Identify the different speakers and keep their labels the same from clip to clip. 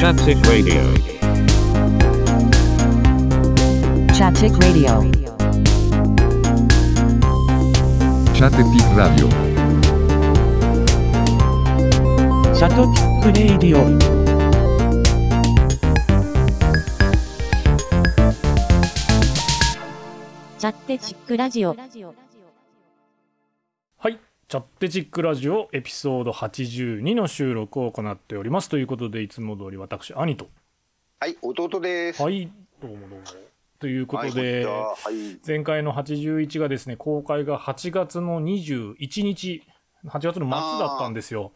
Speaker 1: Chaptic Radio.
Speaker 2: Chaptic Radio.
Speaker 3: Chatetic Radio.
Speaker 4: シャトピックレイディオン。
Speaker 5: チャッテチックラジオ。
Speaker 6: はい。チャッテチックラジオエピソード82の収録を行っております。ということで、いつも通り私、兄と。
Speaker 7: はい、弟です。
Speaker 6: はい。どうもどうも。ということ
Speaker 7: はい
Speaker 6: で、
Speaker 7: こんにち
Speaker 6: 前回の81がですね、公開が8月の21日、8月の末だったんですよ。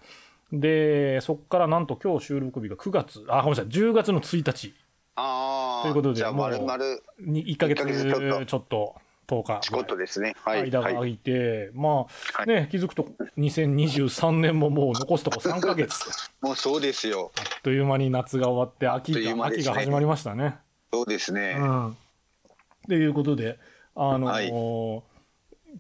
Speaker 6: で、そこからなんと今日収録日が9月、あ、ごめんなさい、10月の1日
Speaker 7: はあー
Speaker 6: ということで
Speaker 7: じゃあ、
Speaker 6: もう
Speaker 7: まるまる
Speaker 6: に1ヶ月
Speaker 7: 一ヶ月ちょっと
Speaker 6: ちょっと10日。
Speaker 7: チコッとですね。はい。
Speaker 6: 間が
Speaker 7: は
Speaker 6: 空
Speaker 7: い。
Speaker 6: いて、まあ、ね、気づくと2023年ももう残すとこ3ヶ月。
Speaker 7: もうそうですよ。
Speaker 6: あっという間に夏が終わって秋
Speaker 7: あっという
Speaker 6: が
Speaker 7: 間で
Speaker 6: 秋
Speaker 7: すね
Speaker 6: が始まりましたね。
Speaker 7: そうですね。
Speaker 6: うん、ということで、あの
Speaker 7: はい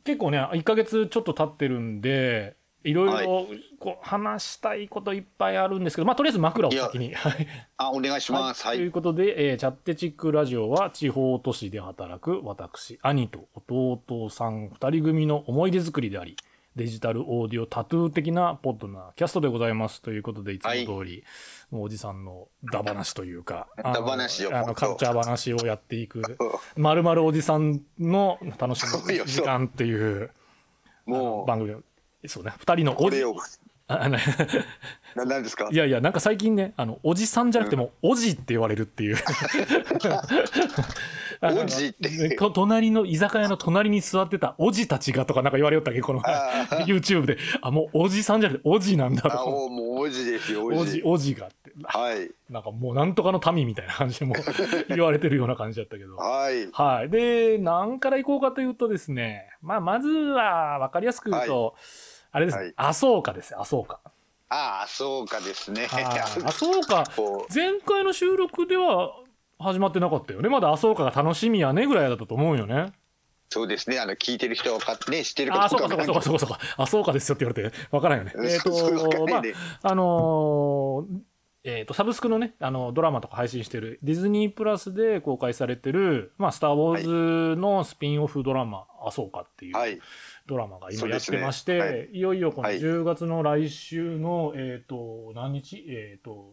Speaker 6: 結構ね1ヶ月ちょっと経ってるんでいろいろこう話したいこといっぱいあるんですけど、まあ、とりあえず枕を先に。はい
Speaker 7: あ、お願いします。は
Speaker 6: という
Speaker 7: い。
Speaker 6: ことで、えーチャッテチックラジオは地方都市で働く私、兄と弟さん2人組の思い出作りであり、デジタルオーディオタトゥー的なポッドなキャストでございます。ということで、いつも通り、もうおじさんのダ話というか、あの
Speaker 7: ダ話よ
Speaker 6: あ
Speaker 7: ほ
Speaker 6: の
Speaker 7: んと
Speaker 6: カルチャー話をやって いく、まるまるおじさんの楽し
Speaker 7: そう
Speaker 6: み
Speaker 7: よ
Speaker 6: 時間っていう
Speaker 7: もう、
Speaker 6: 番組を、そうね、2人のお
Speaker 7: こ
Speaker 6: じ
Speaker 7: れを、
Speaker 6: ああの
Speaker 7: ななんですか
Speaker 6: いやいや、なんか最近ね、あの、おじさんじゃなくても、おじって言われるっ ていう。あの
Speaker 7: おじって
Speaker 6: ねこ隣の、居酒屋の隣に座ってたおじたちがとかなんか言われよったっけ、この前
Speaker 7: あー
Speaker 6: YouTube で。あ、もうおじさんじゃなくて、おじなんだと
Speaker 7: あ、
Speaker 6: か。
Speaker 7: おもうおじですよ、
Speaker 6: お
Speaker 7: お
Speaker 6: じ
Speaker 7: じ、。
Speaker 6: おじがって。
Speaker 7: はい。
Speaker 6: なんかもうなんとかの民みたいな感じでもう 言われてるような感じだったけど。
Speaker 7: はい。
Speaker 6: はい。で、何からいこうかというとですね、まあ、まずは、わかりやすく言うと、あれです
Speaker 7: はい
Speaker 6: ね、麻生家ですよ、麻生 家。
Speaker 7: ああ、そうかですね。
Speaker 6: はい麻生家。
Speaker 7: こう
Speaker 6: 前回の収録では始まってなかったよねまだ麻生家が楽しみやねぐらいだったと思うよね
Speaker 7: そうですね。あの、聞いてる人はかね、知ってるか
Speaker 6: ああ
Speaker 7: ど
Speaker 6: そうう
Speaker 7: か
Speaker 6: かそうかそうかそうかそうか麻生家ですよって言われて分からんよねえっ、
Speaker 7: そうそうわか
Speaker 6: と
Speaker 7: ん
Speaker 6: ま
Speaker 7: な
Speaker 6: あ
Speaker 7: いね
Speaker 6: あのーえー、とサブスクのねあのドラマとか配信してるディズニープラスで公開されてる「まあ、スター・ウォーズ」のスピンオフドラマ「麻生家」っていう
Speaker 7: はい。
Speaker 6: ドラマが
Speaker 7: そ
Speaker 6: 今
Speaker 7: う
Speaker 6: や
Speaker 7: で
Speaker 6: っ
Speaker 7: す
Speaker 6: て
Speaker 7: ね
Speaker 6: まして、、
Speaker 7: はい
Speaker 6: よいよこの
Speaker 7: はい
Speaker 6: 10月の来週の、えっ、と何日えっ、と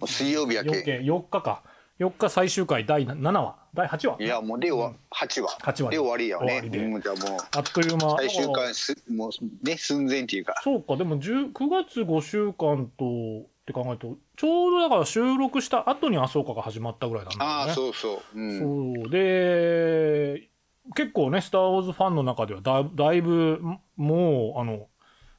Speaker 7: う水曜日やけ
Speaker 6: 4日4日か4日最終回第7話第8話
Speaker 7: いや、もう、で、は、八話。
Speaker 6: 八話
Speaker 7: で、終わりやね。
Speaker 6: 終わりで
Speaker 7: うんじゃあもう、
Speaker 6: あっという間
Speaker 7: 最終
Speaker 6: だか
Speaker 7: 回
Speaker 6: ら
Speaker 7: す、もう、ね、寸前っていうか。
Speaker 6: そうかでも10 9月5週間とって考えるとちょうどだから収録した後に麻生家が始まったぐらいなんだ
Speaker 7: あ
Speaker 6: よね
Speaker 7: あ、そうそう。うん。
Speaker 6: そうで結構ね「スター・ウォーズ」ファンの中ではだだいぶんもうあの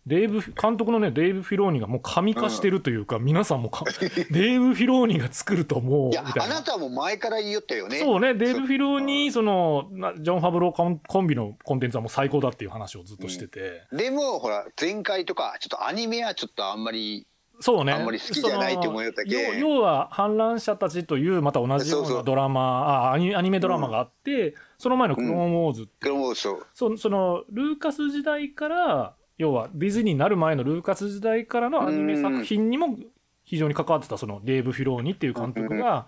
Speaker 6: デーブ監督のねデーブ・フィローニがもう神化してるというか、皆さんも かデーブ・フィローニが作るともう
Speaker 7: いや、
Speaker 6: みた
Speaker 7: あ
Speaker 6: いな
Speaker 7: な。たも前から言いよったよね。
Speaker 6: そうね、デー
Speaker 7: そ
Speaker 6: ブ・フィローニそのなジョン・ファブローコンコンビのコンテンツはもう最高だっていう話をずっとしてて、
Speaker 7: でも、ほら、前回とか、ちょっとアニメはちょっとあんまり、
Speaker 6: そうね
Speaker 7: あんまり好きじゃないって思いよったけ
Speaker 6: その要要は反乱者たちというまた同じよ
Speaker 7: そう
Speaker 6: う
Speaker 7: そ
Speaker 6: な
Speaker 7: う
Speaker 6: ドラマあアニアニメドラマがあって、その前の「クローン・ウォーズ」って
Speaker 7: ク
Speaker 6: いう
Speaker 7: ロモーそう。
Speaker 6: そそのルーカス時代から要はディズニーになる前のルーカス時代からのアニメ作品にも非常に関わってたそのデーブ・フィローニっていう監督が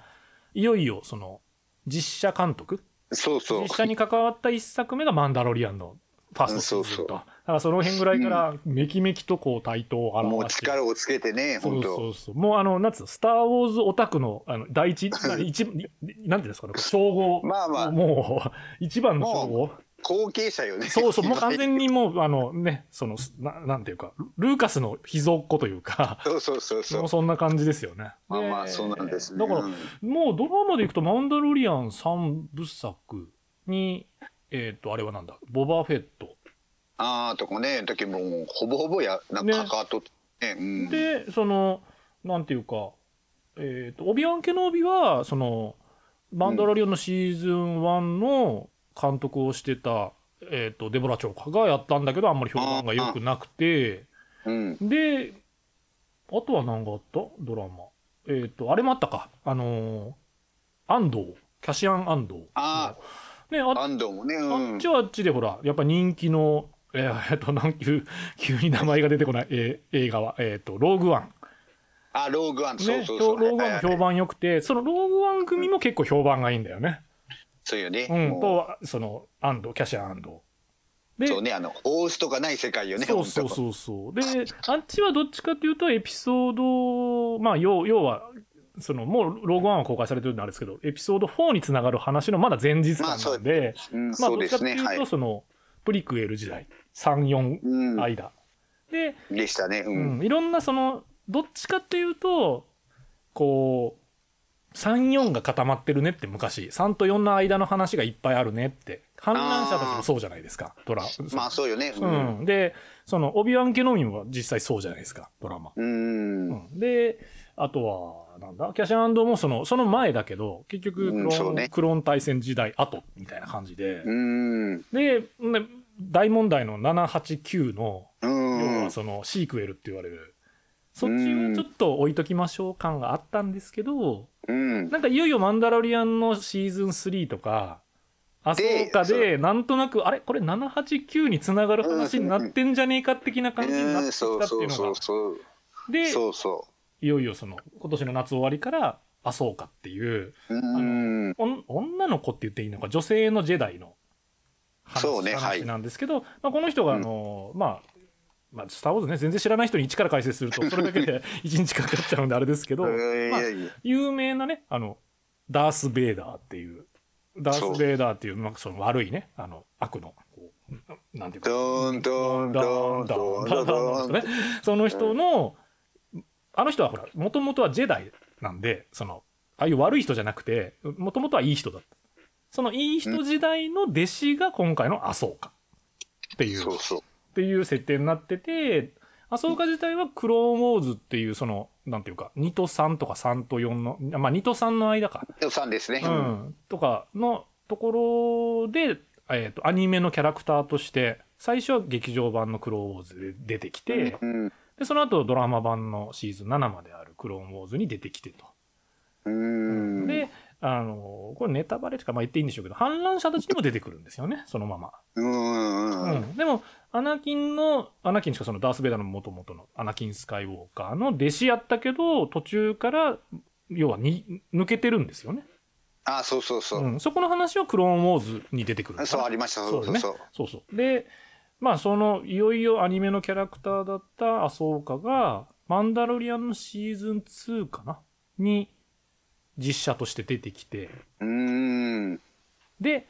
Speaker 6: いよいよその実写監督
Speaker 7: そうそう。
Speaker 6: 実写に関わった一作目が「マンダロリアン」のファーストシーズ
Speaker 7: うんそうそ
Speaker 6: ンと
Speaker 7: う
Speaker 6: だからその辺ぐらいからめきめきとこう対等を
Speaker 7: もう
Speaker 6: 表して
Speaker 7: 力をつけてね、
Speaker 6: そ
Speaker 7: 本
Speaker 6: うそ
Speaker 7: 当
Speaker 6: うそうもうあのなんつうのスター・ウォーズ」オタクのあの第一な一なんていうんですかね称号
Speaker 7: まあまあ
Speaker 6: もう一番の称号
Speaker 7: 後継者よね。
Speaker 6: そ うそう、もう完
Speaker 7: に。
Speaker 6: 全にもう、あのね、その、ななんていうか、ルーカスの秘蔵っ子というか、
Speaker 7: そうそうそう そ
Speaker 6: も
Speaker 7: う
Speaker 6: う。そんな感じですよね。
Speaker 7: まあまあ、
Speaker 6: で
Speaker 7: そうなんですね。
Speaker 6: だから、
Speaker 7: うん
Speaker 6: もうドラマでいくと、マンダロリアン三部作に、えっ、と、あれはなんだ、ボバフェット。
Speaker 7: ああ、とかね、だけどもう、ほぼほぼや、なんか
Speaker 6: ね
Speaker 7: 関わっとってね。うん
Speaker 6: で、その、なんていうか、えっ、と、オビワン・ケノービは、その、マンダロリアンのシーズン1の監督をしてた、えっ、と、デボラ・チョーカーがやったんだけど、あんまり評判が良くなくて、
Speaker 7: うん。
Speaker 6: で、あとは何があったドラマ。えっ、と、あれもあったか。あのー安藤、キャシアン安藤。
Speaker 7: あ
Speaker 6: ね、あ
Speaker 7: 安藤もね、う
Speaker 6: あ
Speaker 7: ん
Speaker 6: っち。はあっちでほら、やっぱ人気の、えーえっと、なん急急に名前が出てこない、えー映画は、えっ、と、ローグワン。
Speaker 7: あ、ローグワン、そう
Speaker 6: ね、
Speaker 7: そうそう。
Speaker 6: ローグワ
Speaker 7: はい
Speaker 6: ンも評
Speaker 7: はいはい
Speaker 6: 判良くて、そのローグワン組も結構評判がいいんだよね。
Speaker 7: そうよね。
Speaker 6: うん、
Speaker 7: も
Speaker 6: と、その、安藤、キャシャ安藤。
Speaker 7: う
Speaker 6: で、
Speaker 7: そうね、あの、オースとかない世界よね。
Speaker 6: そうそう
Speaker 7: う。
Speaker 6: そうそう。で、あっちはどっちかというと、エピソード、まあ、要要は、その、もう、ローグワンは公開されてるんであれですけど、エピソード4につながる話のまだ前日
Speaker 7: ま
Speaker 6: 感
Speaker 7: あそ
Speaker 6: な
Speaker 7: うん
Speaker 6: で、
Speaker 7: うん、
Speaker 6: まあ、
Speaker 7: そう
Speaker 6: どっ
Speaker 7: で
Speaker 6: ちか
Speaker 7: す
Speaker 6: とい
Speaker 7: ね。は
Speaker 6: うと、
Speaker 7: い。
Speaker 6: その、プリクエル時代、3、
Speaker 7: う
Speaker 6: 4
Speaker 7: ん、
Speaker 6: 間。で、
Speaker 7: でしたね。う。
Speaker 6: うんん、いろんな、その、どっちかというと、こう、3、4が固まってるねって昔、3と4の間の話がいっぱいあるねって、反乱者たちもそうじゃないですか、ドラ。
Speaker 7: まあ、そうよね。う。
Speaker 6: うんん、でそのオビワン・ケノミンは実際そうじゃないですかドラマ、
Speaker 7: うん。
Speaker 6: うん、であとはなんだキャシャンもそのその前だけど結局クロ
Speaker 7: うん
Speaker 6: ー
Speaker 7: そ
Speaker 6: ン、
Speaker 7: うね
Speaker 6: クローン対戦時代後みたいな感じで、
Speaker 7: うん。
Speaker 6: でね大問題の789の
Speaker 7: う
Speaker 6: 要
Speaker 7: ん
Speaker 6: は。そのシークエルって言われる、そっちをちょっと置いときましょう感があったんですけど
Speaker 7: うん。
Speaker 6: なんかいよいよ「マンダロリアン」のシーズン3とかあそ
Speaker 7: で
Speaker 6: うか
Speaker 7: そ
Speaker 6: でなんとなくあれこれ789につながる話になってんじゃねえか的な感じになってきた
Speaker 7: そ
Speaker 6: っ
Speaker 7: う
Speaker 6: てい
Speaker 7: そうう
Speaker 6: の
Speaker 7: そ
Speaker 6: が
Speaker 7: うそう。
Speaker 6: で
Speaker 7: そうそ
Speaker 6: いよいよその今年の夏終わりからあそうかっていう
Speaker 7: う。うん。
Speaker 6: おん女の子って言っていいのか女性のジェダイの
Speaker 7: そ
Speaker 6: 話,、
Speaker 7: うねはい
Speaker 6: なんですけど、まあ、この人があの、まあまあ、スター・ウォーズね全然知らない人に一から解説するとそれだけで一日かかっちゃうんであれですけど、
Speaker 7: い
Speaker 6: まあ
Speaker 7: やいや
Speaker 6: 有名なねあのダース・ベイダーっていうダース・ベイダーっていうまあ、その悪いねあの悪のこうなんていうか
Speaker 7: ドーンドーンドーンドーンドーンドーン
Speaker 6: ねその人の、あの人はほらもともとはジェダイなんでそのああいう悪い人じゃなくてもともとはいい人だったそのいい人時代の弟子が今回のアソーカっていう
Speaker 7: そうそう。
Speaker 6: っていう設定になってて、アソーカ自体はクローンウォーズっていう、その、なんていうか、2と3とか3と4の、まあ2と3の間か、
Speaker 7: 予算ですね。
Speaker 6: う
Speaker 7: うん
Speaker 6: ん、とかのところで、えっ、と、アニメのキャラクターとして、最初は劇場版のクローンウォーズで出てきて、
Speaker 7: うん。
Speaker 6: で、その後ドラマ版のシーズン7まであるクローンウォーズに出てきてと。
Speaker 7: うん。
Speaker 6: で、あの、これネタバレとか、まあ言っていいんでしょうけど、反乱者たちにも出てくるんですよね、そのまま。
Speaker 7: うん。う。
Speaker 6: うんん、でもアナキンのアナキンしかそのダース・ベイダーの元々のアナキン・スカイウォーカーの弟子やったけど途中から要はに抜けてるんですよね、
Speaker 7: あ、そうそうそうう。
Speaker 6: ん、そこの話はクローンウォーズに出てくるのかな
Speaker 7: そうありました。そう
Speaker 6: そ
Speaker 7: そうう
Speaker 6: ね
Speaker 7: そう。
Speaker 6: そうそうでまあそのいよいよアニメのキャラクターだったアソーカが「マンダロリアン」のシーズン2かなに実写として出てきて
Speaker 7: うん。
Speaker 6: で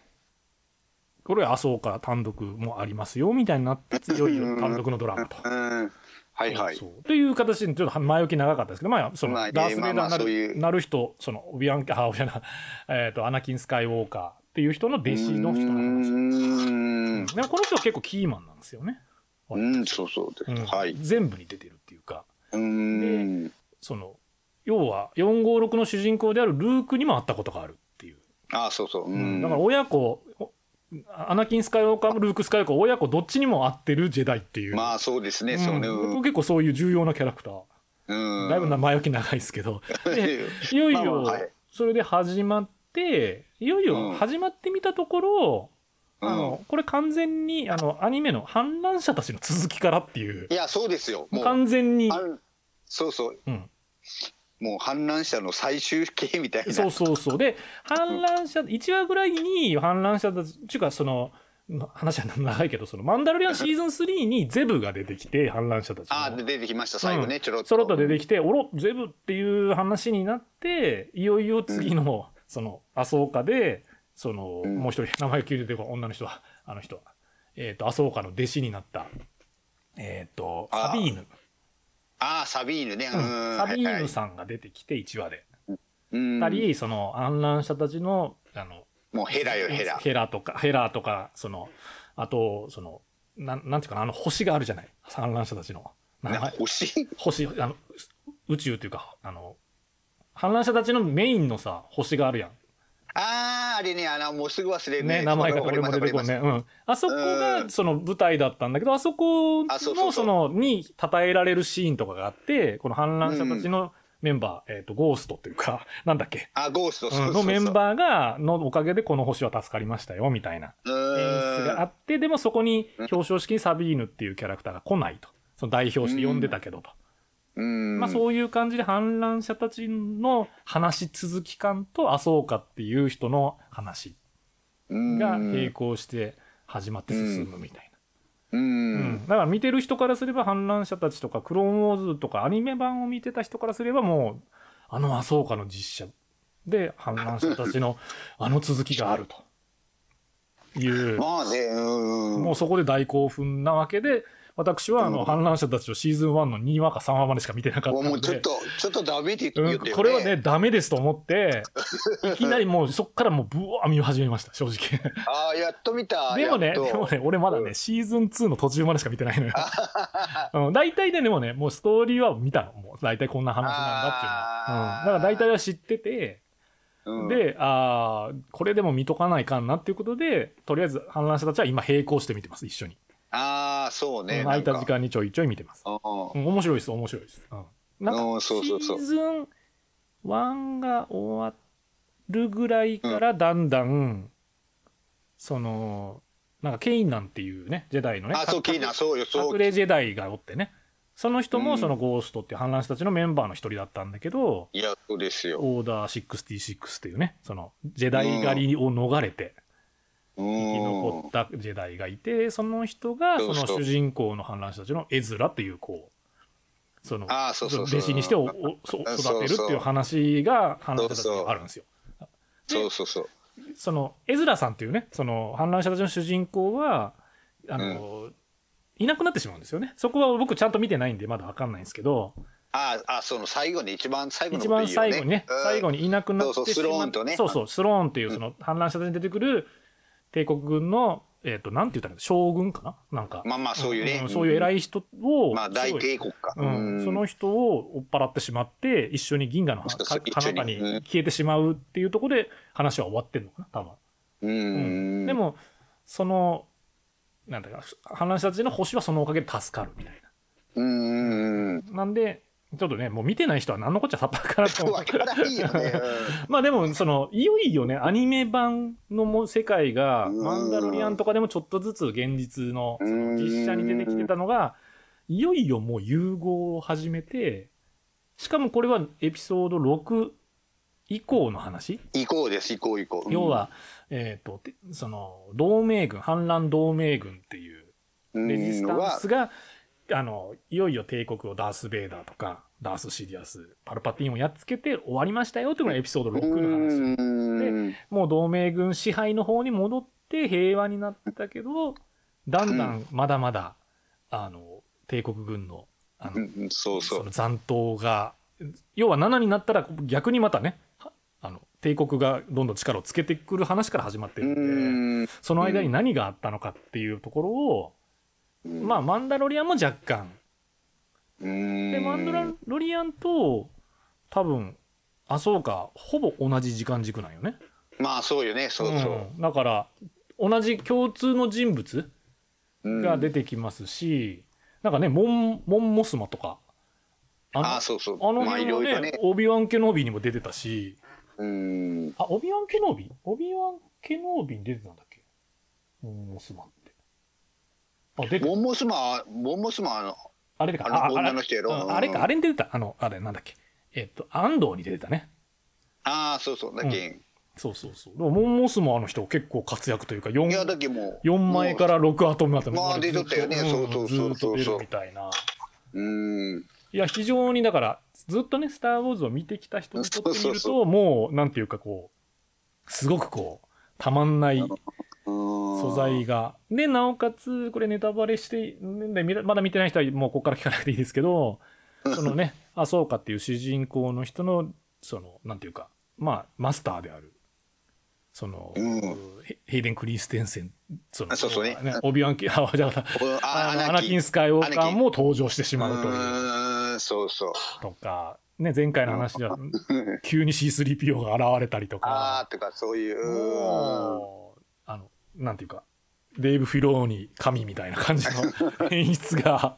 Speaker 6: これは麻生から単独もありますよみたいになっていよいよ単独のドラマと。
Speaker 7: うん。はいはい
Speaker 6: そ。うという形でちょっと前置き長かったですけど、まあ、その
Speaker 7: まあね
Speaker 6: ダース・ベイダーに
Speaker 7: まあま
Speaker 6: な
Speaker 7: あそうい
Speaker 6: る
Speaker 7: う
Speaker 6: なる人そのオビアン あオビアンなえー、とアナキン・スカイウォーカーっていう人の弟子の人の話、
Speaker 7: うん。
Speaker 6: でもこの人は結構キーマンなんですよね、
Speaker 7: うん、そうそう
Speaker 6: うん
Speaker 7: です。はい。
Speaker 6: 全部に出てるっていうか
Speaker 7: うん。
Speaker 6: その要は456の主人公であるルークにも会ったことがあるっていう
Speaker 7: あ、そうそう。うん。
Speaker 6: だから親子、おアナキン・スカイウォーカーもルーク・スカイウォーカーも親子どっちにも合ってるジェダイっていう。
Speaker 7: まあそうですね。そううんね。
Speaker 6: 僕結構そういう重要なキャラクター。
Speaker 7: うん。
Speaker 6: だいぶ名前置き長いですけど。でいよい
Speaker 7: まあまあ
Speaker 6: よ
Speaker 7: はい、
Speaker 6: それで始まって、いよいうよ
Speaker 7: ん
Speaker 6: 始まってみたところ、
Speaker 7: うん
Speaker 6: あの、これ完全に、あの、アニメの反乱者たちの続きからっていう
Speaker 7: い、や、そうですよ。もう。
Speaker 6: 完全に
Speaker 7: あ、んそうそう。
Speaker 6: うん
Speaker 7: もう反乱者の最終形みたいな。
Speaker 6: そうそうそう。で、反乱者、1話ぐらいに反乱者たち、っていうかその、ま話は長いけど、その、マンダロリアンシーズン3にゼブが出てきて、反乱者たちの。
Speaker 7: あで出てきました最後
Speaker 6: う
Speaker 7: ねちょろっと。
Speaker 6: そろっと出てきて、おろ、ゼブっていう話になって、いよいよ次の、その、麻生家で、その、
Speaker 7: うん
Speaker 6: もう一人、名前急に出てこない女の人は、あの人は、えっ、と、麻生家の弟子になった、えっ、と、
Speaker 7: あ
Speaker 6: サビーヌ、
Speaker 7: ああサビーヌね。う
Speaker 6: う
Speaker 7: ん。
Speaker 6: んサビ
Speaker 7: は
Speaker 6: ー
Speaker 7: いは
Speaker 6: ヌ
Speaker 7: い
Speaker 6: さんが出てきて、1話で。
Speaker 7: うん
Speaker 6: 二人、その、反乱者たちの、あの、
Speaker 7: もうヘラよヘ ラ。
Speaker 6: ヘラとか、ヘラとか、その、あと、その、なん、なんていうかな、あの星があるじゃない。産卵者たちの。名前
Speaker 7: な星
Speaker 6: 星、あの、宇宙というか、あの、反乱者たちのメインのさ、星があるやん。
Speaker 7: あああれねあのもうすぐ忘れる
Speaker 6: ね、名前が俺も出てこん。ね。うん。あそこ
Speaker 7: う
Speaker 6: が、
Speaker 7: ん
Speaker 6: その舞台だったんだけど、あそこ
Speaker 7: あそうそ
Speaker 6: の、
Speaker 7: うそ
Speaker 6: そうの、に称えられるシーンとかがあって、この反乱者たちのメンバー、えっと、ゴーストというか、 なんだっけ、
Speaker 7: あゴースト
Speaker 6: うんのメン
Speaker 7: ー
Speaker 6: バーが、のおかげでこの星は助かりましたよ、みたいな。演出があって、でもそこに表彰式にサビーヌっていうキャラクターが来ないと。その代表して呼んでたけどと。
Speaker 7: うん。
Speaker 6: まあ、そういう感じで反乱者たちの話し続き感と麻生家っていう人の話
Speaker 7: うん
Speaker 6: が並行して始まって進むみたい
Speaker 7: うん。
Speaker 6: な、うんだから見てる人からすれば反乱者たちとか「クローンウォーズ」とかアニメ版を見てた人からすればもうあの麻生家の実写で反乱者た ちのあの続きがあるという
Speaker 7: まあね、うん。
Speaker 6: もうそこで大興奮なわけで私はあ
Speaker 7: うん
Speaker 6: の反乱者たちをシーズン1の2話か3話までしか見てなかっ
Speaker 7: も
Speaker 6: たの
Speaker 7: うちょ
Speaker 6: で
Speaker 7: っ。と、ちょっとダメって言って
Speaker 6: う
Speaker 7: よ
Speaker 6: ん、これはね、。ダメですと 思って、いきなりもうそっからもうブワー見始めました、正直。
Speaker 7: ああ、やっと見た。
Speaker 6: でもね、
Speaker 7: やっ
Speaker 6: で
Speaker 7: と
Speaker 6: もね、俺まだね、シーズン2の途中までしか見て ないのよ。うん、大体ね、でもね、もうストーリーは見たの。もう大体こんな話なんだっていうのは。うん、だから大体は知ってて、
Speaker 7: うん、
Speaker 6: で、あーこれでも見とかないかんなっていうことで、とりあえず反乱者たちは今並行して見てます、一緒に。
Speaker 7: ああ、そう
Speaker 6: うん
Speaker 7: ね。
Speaker 6: 空いた
Speaker 7: なん
Speaker 6: 時
Speaker 7: か。
Speaker 6: 間にちょいちょい見てます。
Speaker 7: う
Speaker 6: うん面白いです、面白いです。うん、なん
Speaker 7: う
Speaker 6: か
Speaker 7: ん
Speaker 6: シ
Speaker 7: そうそうそう
Speaker 6: ーズン1が終わるぐらいからだんだん、そのなんかケイナンっていうねジェダイのね
Speaker 7: ん。あ、そう、
Speaker 6: か
Speaker 7: キーナ、そうよ、そう
Speaker 6: 隠。れジェダイがおってねその人
Speaker 7: う
Speaker 6: も
Speaker 7: ん
Speaker 6: そのゴーストっていう反乱者たちのメンバーの一人だったんだけど、
Speaker 7: いや、そうですよ。
Speaker 6: オーダー66っていうねそのジェダイ狩りを逃れて
Speaker 7: う
Speaker 6: 生き残
Speaker 7: ん
Speaker 6: っ。たジェダイがいてその人が
Speaker 7: そ
Speaker 6: そ
Speaker 7: そ
Speaker 6: うの
Speaker 7: う
Speaker 6: 主人公の反乱者たちのエズラっていう子をその
Speaker 7: ああ、そうそうそう。
Speaker 6: 弟子にしておおそ
Speaker 7: うん
Speaker 6: 育てるっていう話が反乱者たちにはあるんですよ。
Speaker 7: そうそうそう。
Speaker 6: そのエズラさんっていうねその反乱者たちの主人公はあの、いなくなってしまうんですよね。そこは僕ちゃんと見てないんでまだわかんないんですけど、
Speaker 7: ああ、あその最後に一番最後の
Speaker 6: 一
Speaker 7: こと
Speaker 6: 番
Speaker 7: 言うよ
Speaker 6: 最後にね
Speaker 7: うん
Speaker 6: 最後にいなくなってし
Speaker 7: そ
Speaker 6: ま
Speaker 7: うそうスローンとね
Speaker 6: そうそうスローンっていうその反乱者たちに出てくる帝国軍のえっ、となんて言ったらいいの将軍かななんか、
Speaker 7: まあまあ、そういうね。
Speaker 6: んそういう偉
Speaker 7: い。
Speaker 6: い人を、
Speaker 7: まあ、
Speaker 6: す
Speaker 7: 大
Speaker 6: ごい
Speaker 7: 帝国か。
Speaker 6: うん、その
Speaker 7: 人
Speaker 6: 人を追っ払ってしまって一緒に銀河の
Speaker 7: そうそう
Speaker 6: 花
Speaker 7: 一緒に
Speaker 6: 花に
Speaker 7: うん
Speaker 6: 消えてしまうっていうところで話は終わってるのかな多分、
Speaker 7: う
Speaker 6: うん
Speaker 7: ん。
Speaker 6: で、もそのなんだか話したちの星はそのおかげで助かるみたい
Speaker 7: うん。
Speaker 6: ななんでちょっとねもう見てない人は何のこっちゃさっぱりからんと思う
Speaker 7: わからないよね。
Speaker 6: まあでもそのいよいよねアニメ版のも世界が
Speaker 7: うん
Speaker 6: マンダロリアンとかでもちょっとずつ現実のそ
Speaker 7: うん
Speaker 6: の実写に出てきてたのがいよいよもう融合を始めてしかもこれはエピソード6以降の話、
Speaker 7: うん行こうです、行こう行こう。うん
Speaker 6: 要、は、えー、とてその同盟軍反乱同盟軍っていうレジスタンス
Speaker 7: ス
Speaker 6: が、あの、いよいよ帝国をダース・ベイダーとか、ダース・シディアス、パルパティーンをやっつけて終わりましたよっていうのがエピソード6の話。
Speaker 7: 話。
Speaker 6: もう同盟軍支配の方に戻って平和になったけど、だんだんまだまだ、あの、帝国軍の、あ
Speaker 7: う
Speaker 6: の、
Speaker 7: ん、そうそ
Speaker 6: そうの。残党が、要は7になったら逆にまたね、はあの、帝国がどんどん力をつけてくる話から始まってるんで、
Speaker 7: ん。
Speaker 6: その間に何があったのかっていうところを、まあ、マンダロリアンも若干。
Speaker 7: うん、
Speaker 6: で、マンダロリアンと、多分、あ、そうか、ほぼ同じ時間軸なんよね。。
Speaker 7: まあそうよね、そうそう
Speaker 6: ん、だから、同じ共通の人物
Speaker 7: う。うん
Speaker 6: が出てきますし、なんかね、モン、モンモスマとか、あの、
Speaker 7: あ
Speaker 6: あ
Speaker 7: そうそう。
Speaker 6: の
Speaker 7: まあい
Speaker 6: 辺
Speaker 7: ろ
Speaker 6: も
Speaker 7: いろ
Speaker 6: ね
Speaker 7: ね、。
Speaker 6: オビワン・ケノービーにも出てたし、
Speaker 7: うん。
Speaker 6: あ、オビワン・ケノービーオビワン・ケノービーに出てたんだっけモンモスマって。あ、出てた
Speaker 7: モンモスマ、モンモスマの、
Speaker 6: あれでか、
Speaker 7: あの
Speaker 6: ああ
Speaker 7: 女の人やろ
Speaker 6: あ
Speaker 7: うん
Speaker 6: あれか、あれに出てた。あの、あれなんだっけ。えっと、安藤に出てたね。
Speaker 7: ああ、そうそう、だっけ、
Speaker 6: そうそうそう。でもモンモスもあの人結構活躍というか、
Speaker 7: いや、だっ
Speaker 6: 4、
Speaker 7: けもう。
Speaker 6: 4枚から6アトムまで
Speaker 7: まあ出とったよね
Speaker 6: ずと
Speaker 7: そうそうそうそうん
Speaker 6: ずっと出るみたいな。
Speaker 7: うん。
Speaker 6: いや、非常にだから、ずっとね、スター・ウォーズを見てきた人にとってみると、
Speaker 7: そうそうそ
Speaker 6: もう、なんていうかこう、すごくこう、たまんない素
Speaker 7: 素
Speaker 6: 材が。で、なおかつ、これネタバレして、ね見たまだ見てない人はもうここから聞かなくていいですけど、そのね、麻生家っていう主人公の人の、その、なんていうか、まあ、マスターである、その、
Speaker 7: うん
Speaker 6: ヘヘイデン・クリステンセン、その、
Speaker 7: あそうそうね
Speaker 6: オビワンキ、あ、じゃあ、
Speaker 7: あ
Speaker 6: あ
Speaker 7: ア
Speaker 6: のア
Speaker 7: ナ
Speaker 6: ナ
Speaker 7: キ
Speaker 6: キン・スカイウォーカーも登場してしまうという、
Speaker 7: うん、そうそう。
Speaker 6: とか、ね、前回の話 では、急に C3PO が現れたりと
Speaker 7: あ
Speaker 6: か
Speaker 7: あ、、とか、そういう。うん
Speaker 6: もう、あの、なんていうか、デイブ・フィローニ神みたいな感じ の演出が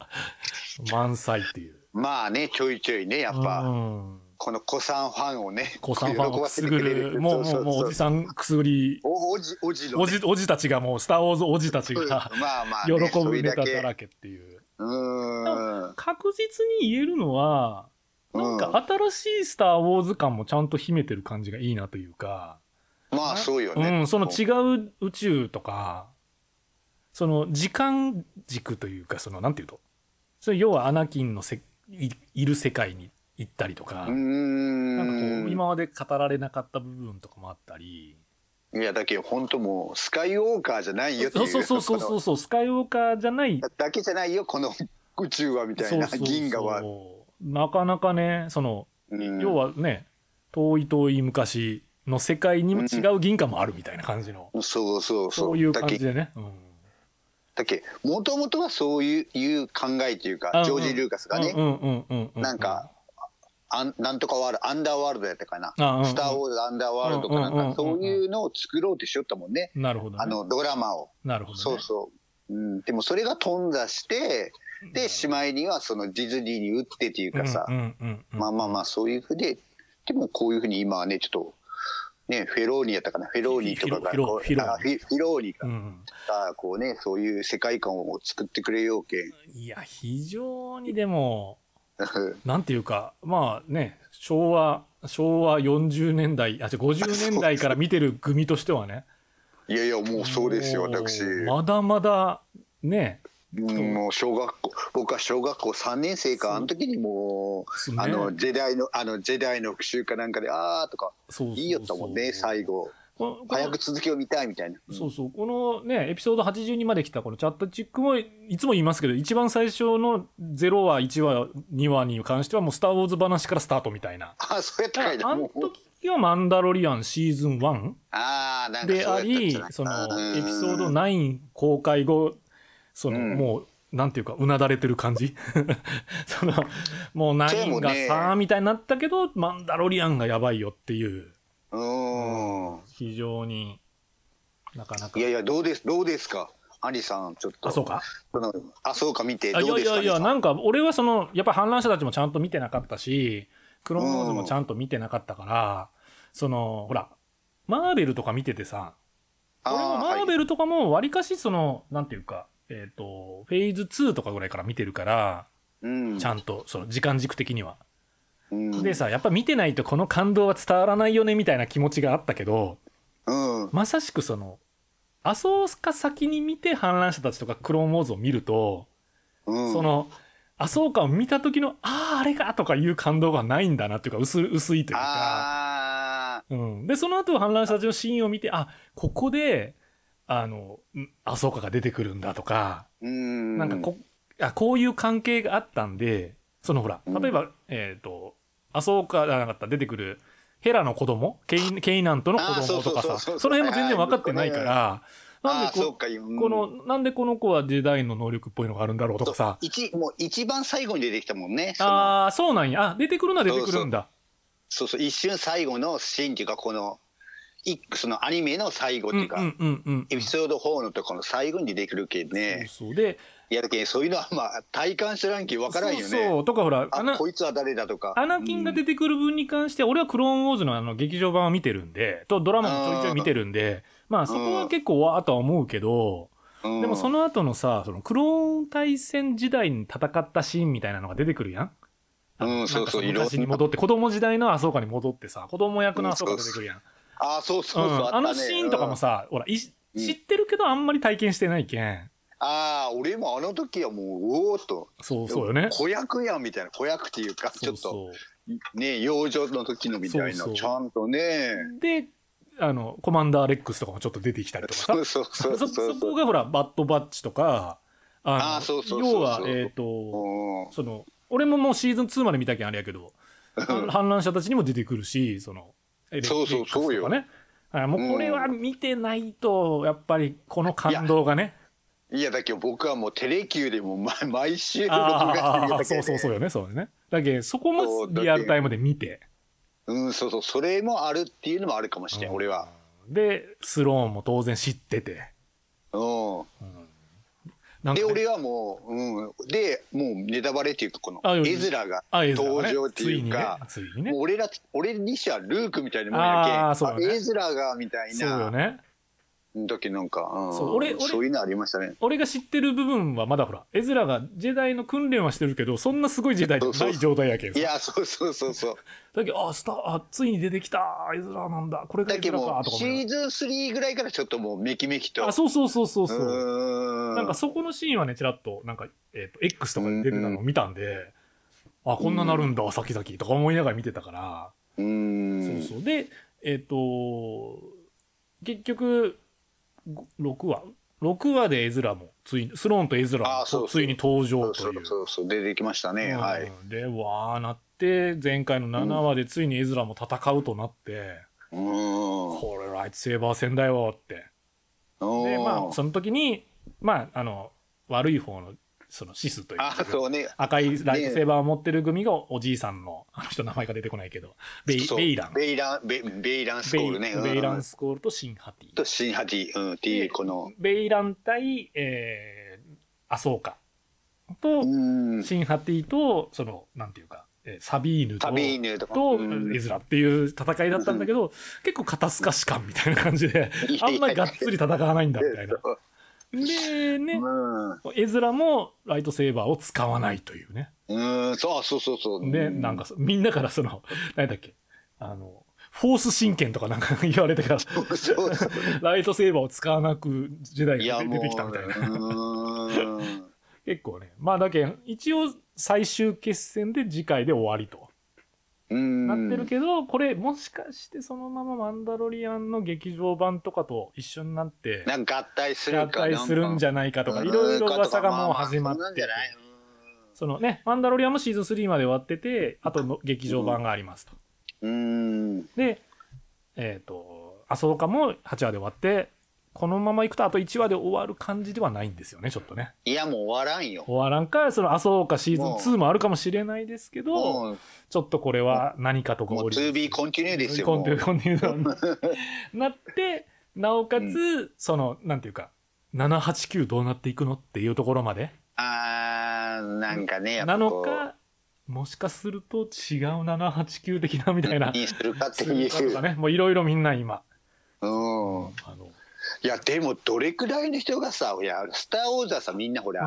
Speaker 6: 満載っていう。
Speaker 7: まあね、ちょいちょいね、やっ
Speaker 6: う
Speaker 7: ぱ、
Speaker 6: ん。
Speaker 7: この子さんファンをね、
Speaker 6: 子さんファンを
Speaker 7: 喜
Speaker 6: く
Speaker 7: ばせ
Speaker 6: す
Speaker 7: て
Speaker 6: ぐ
Speaker 7: くれる。
Speaker 6: る、もう、も、
Speaker 7: そうう
Speaker 6: もうお
Speaker 7: そう
Speaker 6: じ
Speaker 7: そう
Speaker 6: さんくすぐり、
Speaker 7: おおじ、おじの
Speaker 6: お
Speaker 7: ね。
Speaker 6: じ、おじたちがもう、スター・ウォーズおじたち
Speaker 7: うん
Speaker 6: が
Speaker 7: まあまあね、
Speaker 6: 喜ぶネ
Speaker 7: そ
Speaker 6: タ
Speaker 7: れだ
Speaker 6: だら
Speaker 7: け
Speaker 6: けっていう。
Speaker 7: うーん。
Speaker 6: 確実に言えるのは、なんか新しいスター・ウォーズ感もちゃんと秘めてる感じがいいなというか、
Speaker 7: まあそうよね。
Speaker 6: うん、その違う宇宙とか、その時間軸というか、その、なんていうと、それ要はアナキンのせいいる世界に行ったりとか、
Speaker 7: うーん。
Speaker 6: なんかこう、今まで語られなかった部分とかもあったり、
Speaker 7: いやだけど本当もうスカイウォーカーじゃないよってい
Speaker 6: そう
Speaker 7: う
Speaker 6: そうそうそうそうそう、スカイウォーカーじゃない
Speaker 7: このだけじゃないよこの宇宙はみたいな
Speaker 6: そうそうそう
Speaker 7: 銀河は、
Speaker 6: なかなかねその、
Speaker 7: うん
Speaker 6: 要はね遠い遠い昔の世界にも違う銀河もあるみたいな感じの、
Speaker 7: そうそうそう
Speaker 6: そういう感じ
Speaker 7: だけ
Speaker 6: でね、うん
Speaker 7: だけもともとはそういういう考えっていうか、
Speaker 6: うんうん
Speaker 7: ジョージ・ルーカスがね、
Speaker 6: うんうんうんうんう
Speaker 7: なんかあんなんとかワールドアンダーワールドやったかな、
Speaker 6: あうんうん
Speaker 7: スター・ウォーズ・アンダーワールドかなんか、
Speaker 6: うんうんうんうん
Speaker 7: そういうのを作ろうってしよったもんね、
Speaker 6: なるほど、ね、
Speaker 7: あのドラマを、
Speaker 6: なるほど、ね、
Speaker 7: そうそう、うん、でもそれが頓挫してでしまいにはそのディズニーに打ってっていうかさ、
Speaker 6: うんうんうんうん
Speaker 7: まあまあまあそういうふうででもこういうふうに今はねちょっとねフェローニやったかなフェローニとかが
Speaker 6: フィロ
Speaker 7: こう
Speaker 6: フィロ
Speaker 7: あフィフィローニ
Speaker 6: うんうん
Speaker 7: がこうねそういう世界観を作ってくれようけん
Speaker 6: いや非常にでもなんていうかまあね昭和昭和40年代あ違う50年代から見てる組としてはね
Speaker 7: いやいやもう そうですよ
Speaker 6: もう
Speaker 7: 私、
Speaker 6: まだまだね
Speaker 7: うんもう小学校僕は小学校3年生かあの時にもう
Speaker 6: そうね
Speaker 7: あのジェダイのあのジェダイの復習かなんかであーとか
Speaker 6: そうそうそう
Speaker 7: 言いよったもんね最後
Speaker 6: ここの
Speaker 7: 早く続きを見たいみたいな、うん
Speaker 6: そうそう。このね、エピソード82まで来たこのチャットチックも、いつも言いますけど、一番最初の0話、1話、2話に関してはもうスターウォーズ話からスタートみたいな。
Speaker 7: あそうやったか
Speaker 6: だ
Speaker 7: い
Speaker 6: か
Speaker 7: な
Speaker 6: らあの
Speaker 7: もう
Speaker 6: 時がマンダロリアンシーズン1
Speaker 7: ああなんかそう
Speaker 6: で
Speaker 7: や
Speaker 6: あ
Speaker 7: ったん
Speaker 6: り
Speaker 7: じゃな、い
Speaker 6: そ
Speaker 7: うん
Speaker 6: のエピソード9公開後、その
Speaker 7: うん
Speaker 6: もう、なんていうか、うなだれてる感じ その、もう
Speaker 7: そうやも
Speaker 6: 9
Speaker 7: ん
Speaker 6: が
Speaker 7: ね
Speaker 6: さーみたいになったけど、マンダロリアンがやばいよっていう、
Speaker 7: うん
Speaker 6: 非常になかなか
Speaker 7: い。やいや、どうです、どうですか。アリさん、ちょっと。
Speaker 6: あ、そうか。
Speaker 7: その。あ、そうか、見て。
Speaker 6: あい
Speaker 7: どう
Speaker 6: や
Speaker 7: で
Speaker 6: い
Speaker 7: すか。
Speaker 6: やいや、
Speaker 7: アリさん
Speaker 6: なんか俺はその、やっぱ反乱者たちもちゃんと見てなかったし、クローンウォーズもちゃんと見てなかったから、その、ほら、マーベルとか見ててさ、俺も
Speaker 7: あー
Speaker 6: マー
Speaker 7: はい
Speaker 6: ベルとかもわりかしその、なんていうか、えっ、と、フェーズ2とかぐらいから見てるから、
Speaker 7: うん
Speaker 6: ちゃんと、その時間軸的には。
Speaker 7: うん
Speaker 6: でさ、やっぱ見てないとこの感動は伝わらないよねみたいな気持ちがあったけど、
Speaker 7: うん。
Speaker 6: まさしくその、あそうか先に見て反乱者たちとかクローンウォーズを見ると、
Speaker 7: うん。
Speaker 6: そ。の、あそうかを見た時の、ああ、あれかとかいう感動がないんだなっていうか、薄薄いというか。
Speaker 7: ああ。
Speaker 6: うん、で、その後、反乱者たちのシーンを見て、あ、ここで、あの、んあそうかが出てくるんだとか、
Speaker 7: うん。
Speaker 6: なんかこ、あ、こういう関係があったんで、そのほら、
Speaker 7: うん
Speaker 6: 例えば、えっ、と、あそうかじゃなかった、出てくる、ヘラの子供、ケインケイナントの子
Speaker 7: あーそ
Speaker 6: 供
Speaker 7: うそ
Speaker 6: と
Speaker 7: う
Speaker 6: かさ、
Speaker 7: そうそう
Speaker 6: その辺も全然分かってないから、
Speaker 7: あ
Speaker 6: なん
Speaker 7: ー
Speaker 6: で
Speaker 7: そう
Speaker 6: こ、
Speaker 7: か。
Speaker 6: こ
Speaker 7: こ
Speaker 6: の、なんでこの子はジェダイの能力っぽいのがあるんだろうとかさ、
Speaker 7: 一もう一番最後に出てきたもんね。その
Speaker 6: ああ、そうなんや。あ、出てくるのは出てくるんだ。
Speaker 7: そうそう一瞬最後のシーンっていうかこのいそのアニメの最後って
Speaker 6: うんう
Speaker 7: いうか、
Speaker 6: んうんうん。
Speaker 7: エピソード4のところの最後に出てくるけん
Speaker 6: そう
Speaker 7: ね。
Speaker 6: そう。で、
Speaker 7: いやだけどそういうのはまあ体感してらんけんわからんよね。
Speaker 6: そうそう。とかほら、ア
Speaker 7: あ
Speaker 6: ナ、
Speaker 7: こいつは誰だとか。
Speaker 6: アナキンが出てくる分に関して、俺はクローンウォーズのあの劇場版を見てるんで、とドラマもちょいちょい見てるんで、まあそこは結構わーとは思うけど、
Speaker 7: うん
Speaker 6: でもその後のさ、そのクローン対戦時代に戦ったシーンみたいなのが出てくるやん。あの
Speaker 7: うん
Speaker 6: なんか
Speaker 7: そうそういろんな
Speaker 6: 昔に戻って、子供時代のあそうかに戻ってさ、子供役のあそうか出てくるやん。
Speaker 7: ああ、そう
Speaker 6: う
Speaker 7: そうそう。
Speaker 6: ん
Speaker 7: ったね
Speaker 6: あのシーンとかも。さ、ほら、い知
Speaker 7: うん
Speaker 6: ってるけどあんまり体験してないけん。
Speaker 7: うんああ、俺もあの時はもう、おおっと。
Speaker 6: そうそうよね。
Speaker 7: 子役やんみたいな、子役っていうか、ちょっと、ね、養生の時のみたいな、
Speaker 6: そうそう
Speaker 7: ちゃんとね。
Speaker 6: う。で、あの、コマンダーレックスとかもちょっと出てきたりとかさ
Speaker 7: そう。そうそ
Speaker 6: そうそ
Speaker 7: そう。
Speaker 6: こがほら、バッドバッチとか、あの
Speaker 7: あーそうそうそうそう
Speaker 6: 要は、えっ、と、
Speaker 7: うん
Speaker 6: その、俺ももうシーズン2まで見たけんあれやけ ど、反乱者たちにも出てくるし、その、エレ
Speaker 7: そうそうそうよ
Speaker 6: エレックスとかね。あもうこれは見てないと、やっぱりこの感動がね。
Speaker 7: いや、だけど僕はもうテレキューでも毎 毎週録 画して
Speaker 6: あ
Speaker 7: る
Speaker 6: あ、
Speaker 7: だけ
Speaker 6: そ
Speaker 7: で
Speaker 6: うそうそうよね、そうよね。だけどそこも
Speaker 7: そうだけ
Speaker 6: リアルタイムで見て。
Speaker 7: うん、そうそう。それもあるっていうのもあるかもしれん、
Speaker 6: うん
Speaker 7: 俺は。
Speaker 6: で、スローンも当然知ってて。
Speaker 7: うん。
Speaker 6: なんか
Speaker 7: で、
Speaker 6: ね
Speaker 7: 俺はもう、うん。で、もうネタバレっていうか、この
Speaker 6: あ、
Speaker 7: 絵面が
Speaker 6: あ絵面が
Speaker 7: 登
Speaker 6: ね
Speaker 7: 場っていうか、
Speaker 6: ついにね、ついにね
Speaker 7: もう。俺ら、俺にしてはルークみたいなもんやけん。
Speaker 6: あー
Speaker 7: あ
Speaker 6: そうだね
Speaker 7: エズラがみたい
Speaker 6: そう
Speaker 7: な。
Speaker 6: よね。
Speaker 7: う時なんか、うん、
Speaker 6: そ
Speaker 7: そうう
Speaker 6: 俺俺
Speaker 7: いうのありましたね。
Speaker 6: 俺が知ってる部分はまだほら絵面がジェダイの訓練はしてるけどそんなすごいジェダイじゃない状態やけん
Speaker 7: い
Speaker 6: さ
Speaker 7: や、そうそうそう そう。
Speaker 6: だけどあスターあついに出てきた絵面なんだこれが
Speaker 7: だ
Speaker 6: 絵
Speaker 7: け
Speaker 6: 面
Speaker 7: ども
Speaker 6: か
Speaker 7: う
Speaker 6: とか思
Speaker 7: シ
Speaker 6: いなが
Speaker 7: ーズン3ぐらいからちょっともうめきめきと。
Speaker 6: らあそうそうそうそうそう
Speaker 7: うーん
Speaker 6: なんかそこのシーンはね、ちらっと、なんか、えっ、と、X とかで出てたのを見たんで、あ、こんななるんだ、先々とか思いながら見てたから、
Speaker 7: うーん
Speaker 6: そうそう。で、えっ、と、結局、6話 ?6 話でエズラも、ついスローンとエズラ
Speaker 7: あ
Speaker 6: も
Speaker 7: そうそう
Speaker 6: ついに登
Speaker 7: そ
Speaker 6: 場
Speaker 7: う
Speaker 6: と
Speaker 7: そ
Speaker 6: いう
Speaker 7: う。そうそう出てきましたね、
Speaker 6: うん
Speaker 7: はい、
Speaker 6: で、わーなって、前回の7話でついにエズラも戦うとなって、
Speaker 7: うーん
Speaker 6: これライトセーバー戦だよって。でまあその時にまああの悪い方のそのシスというか
Speaker 7: あそうね
Speaker 6: 赤いライトセーバーを持ってる組がおじいさんのあの人名前が出てこないけどベイ
Speaker 7: そう
Speaker 6: ベイラン
Speaker 7: ベイランベベイランスコ
Speaker 6: ベ
Speaker 7: ー
Speaker 6: イ
Speaker 7: ルね
Speaker 6: ベイラ
Speaker 7: う
Speaker 6: ン
Speaker 7: ん
Speaker 6: スコールとシンハティ
Speaker 7: とシンハティ、うん、っていうこの
Speaker 6: ベイラン対、えー、アソーカと、
Speaker 7: うん
Speaker 6: シンハティとそのなんていうか、えーサビーヌと
Speaker 7: サビーヌとか
Speaker 6: と
Speaker 7: うん
Speaker 6: エズラっていう戦いだったんだけど、結構肩透かし感みたいな感じであんまりがっつり戦わないんだみたいな。でね、
Speaker 7: うん
Speaker 6: 絵面もライトセーバーを使わないというね。
Speaker 7: うんそうそうそうそう
Speaker 6: で、なんかそみんなからその、何だっけ、あの、フォース神剣とかなんか言われてから、
Speaker 7: そうそう
Speaker 6: ライトセーバーを使わなく時代
Speaker 7: いや
Speaker 6: が出
Speaker 7: もう
Speaker 6: 出てきたみたいな。
Speaker 7: うーん
Speaker 6: 結構ね。まあだけん一応最終決戦で次回で終わりと。
Speaker 7: うん
Speaker 6: なってるけど、これもしかしてそのままマンダロリアンの劇場版とかと一緒になって、
Speaker 7: なんか合体する
Speaker 6: 合
Speaker 7: か
Speaker 6: 体するんじ
Speaker 7: ゃ
Speaker 6: ゃないかとか、いろいろ噂がもう始まってて。そのね、マンダロリアンもシーズン3まで終わってて、あとの劇場版がありますと。
Speaker 7: うん
Speaker 6: で、えっ、と、アソーカも8話で終わって、このままいくとあと1話で終わる感じではないんですよね、ちょっとね。
Speaker 7: いやもう終わらんよ
Speaker 6: 終わらんか、そのアソーカシーズン2もあるかもしれないですけど、
Speaker 7: もう
Speaker 6: ちょっとこれは何かと
Speaker 7: もう
Speaker 6: 合流
Speaker 7: 2B コンティニューですよ
Speaker 6: コンテ
Speaker 7: もう
Speaker 6: コンティニューになって、なおかつ、その、なんていうか、789どうなっていくのっていうところまで。
Speaker 7: あーなんかねやっぱ
Speaker 6: なの
Speaker 7: こう
Speaker 6: か、もしかすると違う789的なみたいな。
Speaker 7: にするかって
Speaker 6: そうい
Speaker 7: いうう
Speaker 6: ことかね、もういろいろみんな今。
Speaker 7: うん
Speaker 6: あの
Speaker 7: いやでもどれくらいの人がさいやスター・ウォーズはさみんなほら、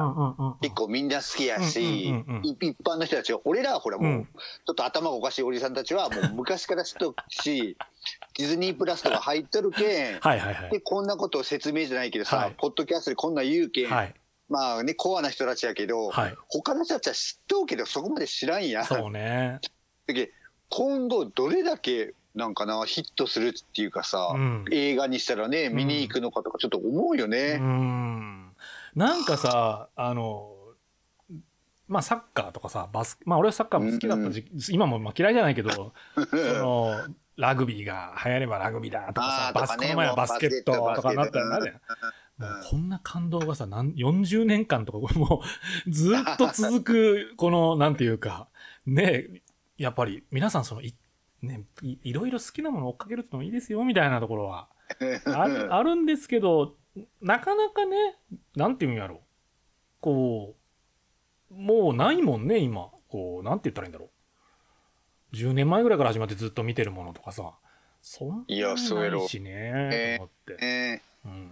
Speaker 7: 結構みんな好きやし、
Speaker 6: うんうんうんうん
Speaker 7: い一般の人たちは俺らはほらもう、
Speaker 6: うん
Speaker 7: ちょっと頭がおかしいおじさんたちはもう昔から知っとくし ディズニープラスとか入っとるけん、
Speaker 6: はいはいは
Speaker 7: で
Speaker 6: い。
Speaker 7: こんなことを説明じゃないけどさ、
Speaker 6: はい
Speaker 7: ポッドキャストでこんなん言うけん、
Speaker 6: はい。
Speaker 7: まあねコアな人たちやけど、
Speaker 6: はい。
Speaker 7: 他の人たちは知っとうけどそこまで知らんや
Speaker 6: そうね。
Speaker 7: だけど今後どれだけなんかなヒットするっていうかさ、
Speaker 6: うん。
Speaker 7: 映画にしたらね見に行くのかとかちょっと思うよ
Speaker 6: う
Speaker 7: ね。
Speaker 6: ん。なんかさ、あの、まあサッカーとかさ、バスケ、まあ俺はサッカーも好きだった時、今もまあ嫌いじゃないけ ど、その、ラグビーが流行ればラグビーだとかさ、
Speaker 7: あー
Speaker 6: バス
Speaker 7: とかね
Speaker 6: ケの前はバスケットとかなったらなるやん。もうこんな感動がさ、なん40年間とか、もう、ずっと続く、この、なんていうか、ね、やっぱり、皆さん、その、い、ね、いいろいろ好きなものを追っかけるってのもいいですよ、みたいなところは、ある、あるんですけど、なかなかね、なんていうんやろう。こう、もうないもんね、今。こう、なんて言ったらいいんだろう。10年前ぐらいから始まってずっと見てるものとかさ、そんなに
Speaker 7: いやそうやろ
Speaker 6: ないしね、と思って。
Speaker 7: えー
Speaker 6: うん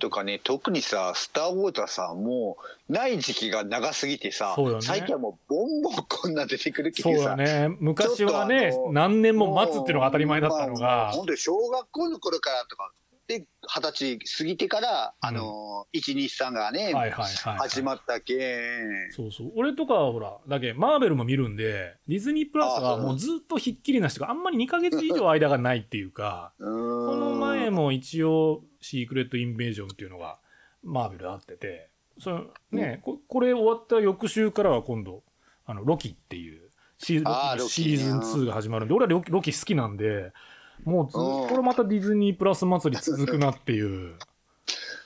Speaker 7: とかね特にさ「スター・ウォーズ」はさもうない時期が長すぎてさ、
Speaker 6: そうよね
Speaker 7: 最近はもうボンボンこんな出てくるけ
Speaker 6: そう
Speaker 7: ど
Speaker 6: だ
Speaker 7: さ。
Speaker 6: ね。昔はね
Speaker 7: ちょっとあ、の
Speaker 6: 何年も待つっていうのが当たり前だった
Speaker 7: まあ
Speaker 6: の
Speaker 7: まあ
Speaker 6: が、
Speaker 7: 本当に小学校の頃からとかで二十歳過ぎてから、あの123がね、
Speaker 6: はいはいはい。
Speaker 7: 始まったけん
Speaker 6: そうそう。俺とかはほら、だけマーベルも見るんで、ディズニープラス
Speaker 7: あ
Speaker 6: は
Speaker 7: そうだ
Speaker 6: もうずっとひっきりなしとか、あんまり2ヶ月以上間がないっていうか、
Speaker 7: うーん
Speaker 6: この前も一応、シークレット・インベージョンっていうのが、マーベルであってて、そのね、ここれ終わった翌週からは今度、あの、ロキっていう、シー
Speaker 7: あー
Speaker 6: ロ
Speaker 7: ロ
Speaker 6: キ
Speaker 7: キ
Speaker 6: のシーズン2が始まるんで、俺はロキロキ好きなんで、もうずっとこれまたディズニープラス祭り続くなっていう。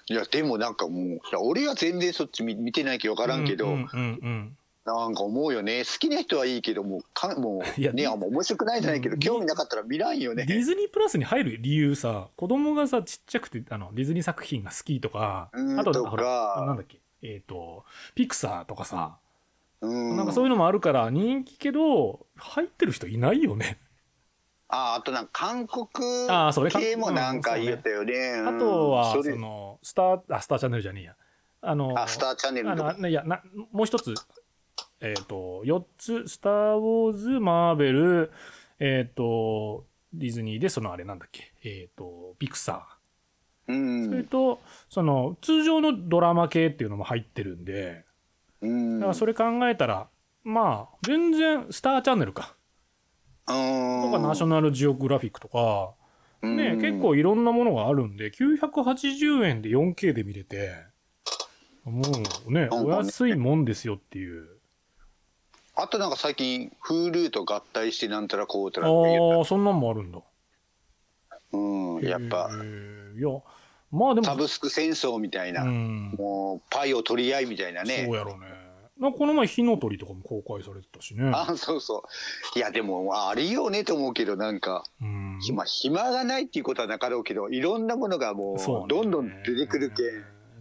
Speaker 7: いやでもなんかもういや俺は全然そっち見見てないけど分からんけど、
Speaker 6: うんうんうん
Speaker 7: なんか思うよね好きな人はいいけどもうかもう
Speaker 6: いや
Speaker 7: ねあんま面白くないじゃないけど
Speaker 6: うん
Speaker 7: 興味なかったら見らんよ
Speaker 6: ディ
Speaker 7: ね。
Speaker 6: ズニープラスに入る理由さ子供がさちっちゃくてあのディズニー作品が好きとか
Speaker 7: うん
Speaker 6: あと
Speaker 7: と
Speaker 6: ほら
Speaker 7: か
Speaker 6: なんだっけえっ、とピクサーとかさ、
Speaker 7: うん
Speaker 6: なんかそういうのもあるから人気けど入ってる人いないよね
Speaker 7: ああとなんか韓国
Speaker 6: あーそれ韓
Speaker 7: 系もなんか言ったよね。
Speaker 6: あとは
Speaker 7: うん
Speaker 6: そ
Speaker 7: それ
Speaker 6: のスターあスターチャンネルじゃねえやあの
Speaker 7: あスターチャンネル
Speaker 6: あ
Speaker 7: と
Speaker 6: の
Speaker 7: か。
Speaker 6: ないやなもう一つえっ、と四つ「スター・ウォーズ」「マーベル」えっ、とディズニーでそのあれなんだっけえっ、とピクサ
Speaker 7: う
Speaker 6: ー、それ
Speaker 7: ん。
Speaker 6: とその通常のドラマ系っていうのも入ってるんで
Speaker 7: うん。
Speaker 6: だからそれ考えたらまあ全然スターチャンネルかとかナショナルジオグラフィックとかね結構いろんなものがあるんで980円で 4K で見れてもうね
Speaker 7: かね
Speaker 6: お安いもんですよっていう。
Speaker 7: あとなんか最近 Hulu と合体してなんたらこうたらって言
Speaker 6: あ
Speaker 7: っ
Speaker 6: あそんなんもあるんだ
Speaker 7: たうんやっぱ
Speaker 6: へーいやまあでも
Speaker 7: サブスク戦争みたいな、
Speaker 6: うん
Speaker 7: もうパイを取り合いみたいなね
Speaker 6: そうやろうねなんかこの前火の鳥とかも公開されてたしね
Speaker 7: あそうそういやでもありよねと思うけどなんか、
Speaker 6: うん
Speaker 7: まあ暇がないっていうことはなかろうけどいろんなものがも
Speaker 6: そう
Speaker 7: う
Speaker 6: ね
Speaker 7: どんどん出てくるけ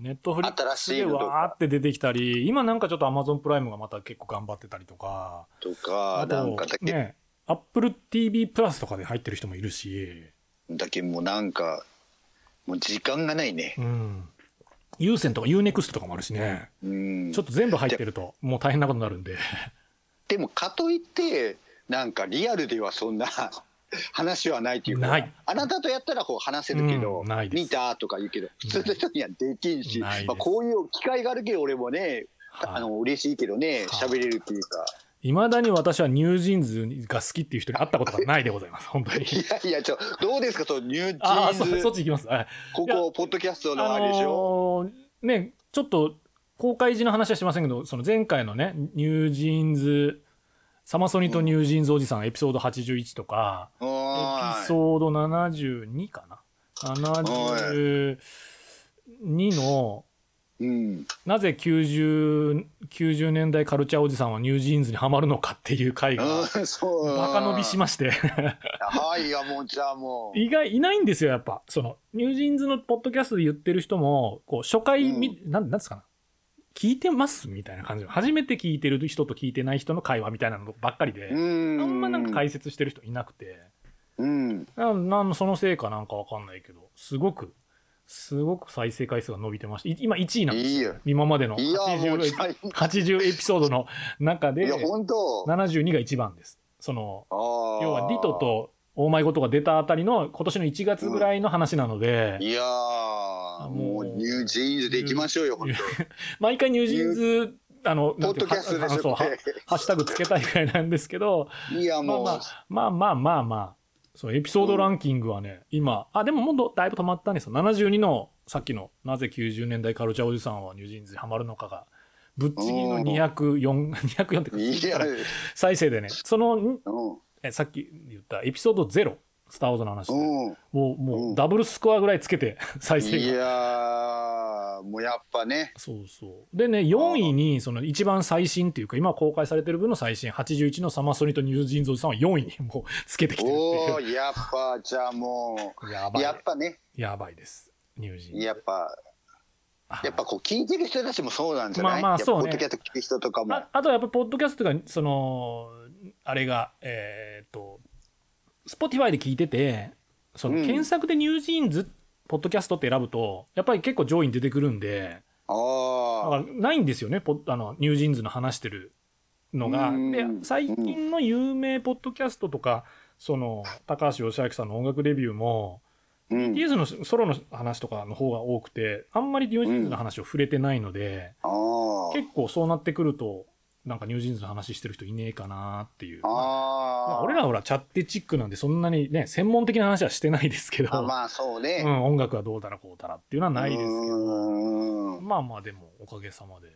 Speaker 7: ん、
Speaker 6: ネットフリック
Speaker 7: 新
Speaker 6: ス
Speaker 7: し
Speaker 6: で
Speaker 7: いのとか
Speaker 6: わーって出てきたり今なんかちょっとアマゾンプライムがまた結構頑張ってたりとか
Speaker 7: とかなんかだけ,、
Speaker 6: ねアップル TV プラスとかで入ってる人もいるし
Speaker 7: だけもうなんかもう時間がないね
Speaker 6: うん有線とか UNEXT とかもあるしね
Speaker 7: うん
Speaker 6: ちょっと全部入ってるともう大変なことになるんで
Speaker 7: でもかといってなんかリアルではそんな話はないっていうか
Speaker 6: ない
Speaker 7: あなたとやったらこう話せるけど、
Speaker 6: うんないです
Speaker 7: 見たとか言うけど普通の人にはできんし、
Speaker 6: ないです
Speaker 7: まあ、こういう機会があるけど俺もね、
Speaker 6: はい
Speaker 7: あの嬉しいけどね
Speaker 6: はい
Speaker 7: 喋れるっていうか、
Speaker 6: いまだに私はニュージーンズが好きっていう人に会ったことがないでございます、本 当に。
Speaker 7: い、やいやちょどうですかそのニュージ
Speaker 6: ああ、
Speaker 7: ー
Speaker 6: そ
Speaker 7: ンズ
Speaker 6: そっち行きます。はい
Speaker 7: こ
Speaker 6: い
Speaker 7: こポッドキャストのあれでしょ、
Speaker 6: のーね、ちょっと公開時の話はしませんけど、その前回のね、ニュージーンズ、サマソニとニュージーンズおじさん、エピソード81とか、
Speaker 7: あ
Speaker 6: エ
Speaker 7: の
Speaker 6: ピソード72かな。72の、
Speaker 7: うん、
Speaker 6: なぜ 90, 90年代カルチャーおじさんはニュージーンズにはまるのかっていう回が、
Speaker 7: うん、そう
Speaker 6: バカ伸びしまして。
Speaker 7: はいいやもうじゃあもう
Speaker 6: 意外いないんですよやっぱそのニュージーンズのポッドキャストで言ってる人もこう初回み、なんなんですかな聞いてますみたいな感じの初めて聞いてる人と聞いてない人の会話みたいなのばっかりで、
Speaker 7: うん
Speaker 6: あんまなんか解説してる人いなくて
Speaker 7: うん
Speaker 6: ななんそのせいかなんかわかんないけどすごくすごく再生回数が伸びてましてい今1位なんですよ
Speaker 7: いいよ
Speaker 6: 今までの
Speaker 7: いやもう
Speaker 6: 80
Speaker 7: 最
Speaker 6: 80エピソードの中
Speaker 7: い
Speaker 6: で
Speaker 7: や本当
Speaker 6: 72が一番ですその要
Speaker 7: 要
Speaker 6: はリトとオーマイゴトが出たあたりの今年の1月ぐらいの話なので、
Speaker 7: いやーもうニュージーンズでいきましょうよ本
Speaker 6: 毎回ニュージーンズあの
Speaker 7: 当
Speaker 6: なん
Speaker 7: ポッド
Speaker 6: ていう
Speaker 7: キ
Speaker 6: か
Speaker 7: ャストで
Speaker 6: あの
Speaker 7: し
Speaker 6: そう
Speaker 7: ょ
Speaker 6: はハッシュタグつけたいぐらいなんですけど
Speaker 7: いやもう、
Speaker 6: まあまあまあまあまあそうエピソードランキングはね、今あでももうだいぶ止まったんですよ72のさっきの「なぜ90年代カルチャーおじさんはニュージーンズにハマるのか」がぶっちぎりの204204 204って
Speaker 7: いや
Speaker 6: か再生でねその
Speaker 7: うん
Speaker 6: えさっき言ったエピソード0「スター・ウォーズ」の話で、
Speaker 7: うん
Speaker 6: もうも
Speaker 7: うん
Speaker 6: うダブルスコアぐらいつけて 再
Speaker 7: い
Speaker 6: 生が。
Speaker 7: やーもうやっぱ ね
Speaker 6: そうそうでね4位にその一番最新っていうか今公開されてる分の最新81のサマソニとニュージーンズおじさんは4位にもうつけてきてる
Speaker 7: お
Speaker 6: っ
Speaker 7: おやっぱじゃあも
Speaker 6: ていうやば
Speaker 7: う
Speaker 6: い
Speaker 7: やっぱね
Speaker 6: やばいですニュージーンズ
Speaker 7: やっぱやっぱこう聞いてる人たちもそうなんじゃない、
Speaker 6: まあま
Speaker 7: や
Speaker 6: あ
Speaker 7: っぱ
Speaker 6: そうね
Speaker 7: ポッドキャスト聞く人とかも
Speaker 6: ああとはやっぱポッドキャストがそのあれがえーっと Spotify で聞いててその
Speaker 7: うん
Speaker 6: 検索でニュージーンズポッドキャストって選ぶとやっぱり結構上位に出てくるんでだ
Speaker 7: あ
Speaker 6: からないんですよねポッあのニュージーンズの話してるのが。
Speaker 7: うん
Speaker 6: で最近の有名ポッドキャストとかその高橋義明さんの音楽レビューも
Speaker 7: ー、うん、
Speaker 6: TS のソロの話とかの方が多くてあんまりニュージーンズの話を触れてないので、
Speaker 7: あー
Speaker 6: 結構そうなってくるとなんかニュージーンズの話してる人いねえかなっていう。ま
Speaker 7: あ
Speaker 6: あ
Speaker 7: ー
Speaker 6: 俺らはほらチャッテチックなんでそんなにね専門的な話はしてないですけど、
Speaker 7: あまあそう
Speaker 6: う
Speaker 7: ね、
Speaker 6: ん、音楽はどうだらこうだらっていうのはないですけど。
Speaker 7: ど
Speaker 6: まあまあでもおかげさまで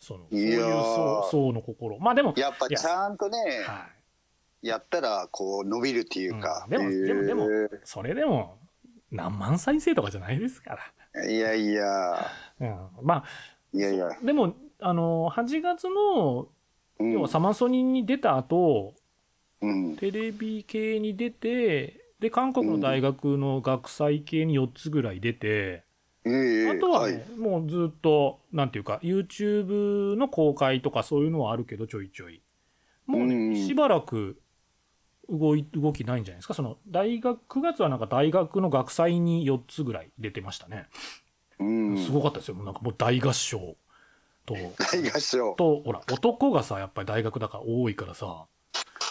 Speaker 6: そのそう
Speaker 7: い
Speaker 6: いう
Speaker 7: やー
Speaker 6: 層層の心まあでも
Speaker 7: やっぱちゃんとね
Speaker 6: は
Speaker 7: やったらこう伸びるっていうか、
Speaker 6: うんでもでもでも
Speaker 7: えー
Speaker 6: い、それでも何万再生とかじゃないですか
Speaker 7: いやいや、
Speaker 6: ら、うん、ま
Speaker 7: いやいや。
Speaker 6: あでもあの8月の
Speaker 7: うん
Speaker 6: 要はサマソニに出た後、
Speaker 7: うん
Speaker 6: テレビ系に出てで韓国の大学の学祭系に4つぐらい出て、
Speaker 7: ええ
Speaker 6: あとは、
Speaker 7: い
Speaker 6: ねもうずっとなんていうか YouTube の公開とかそういうのはあるけどちょいちょいもうね、
Speaker 7: うん
Speaker 6: しばらく動い動きないんじゃないですかその大学9月はなんか大学の学祭に4つぐらい出てましたね、
Speaker 7: うん。
Speaker 6: すごかったですよもうなんかもう大合唱と
Speaker 7: 大合唱。
Speaker 6: とほら男がさやっぱり大学だから多いからさ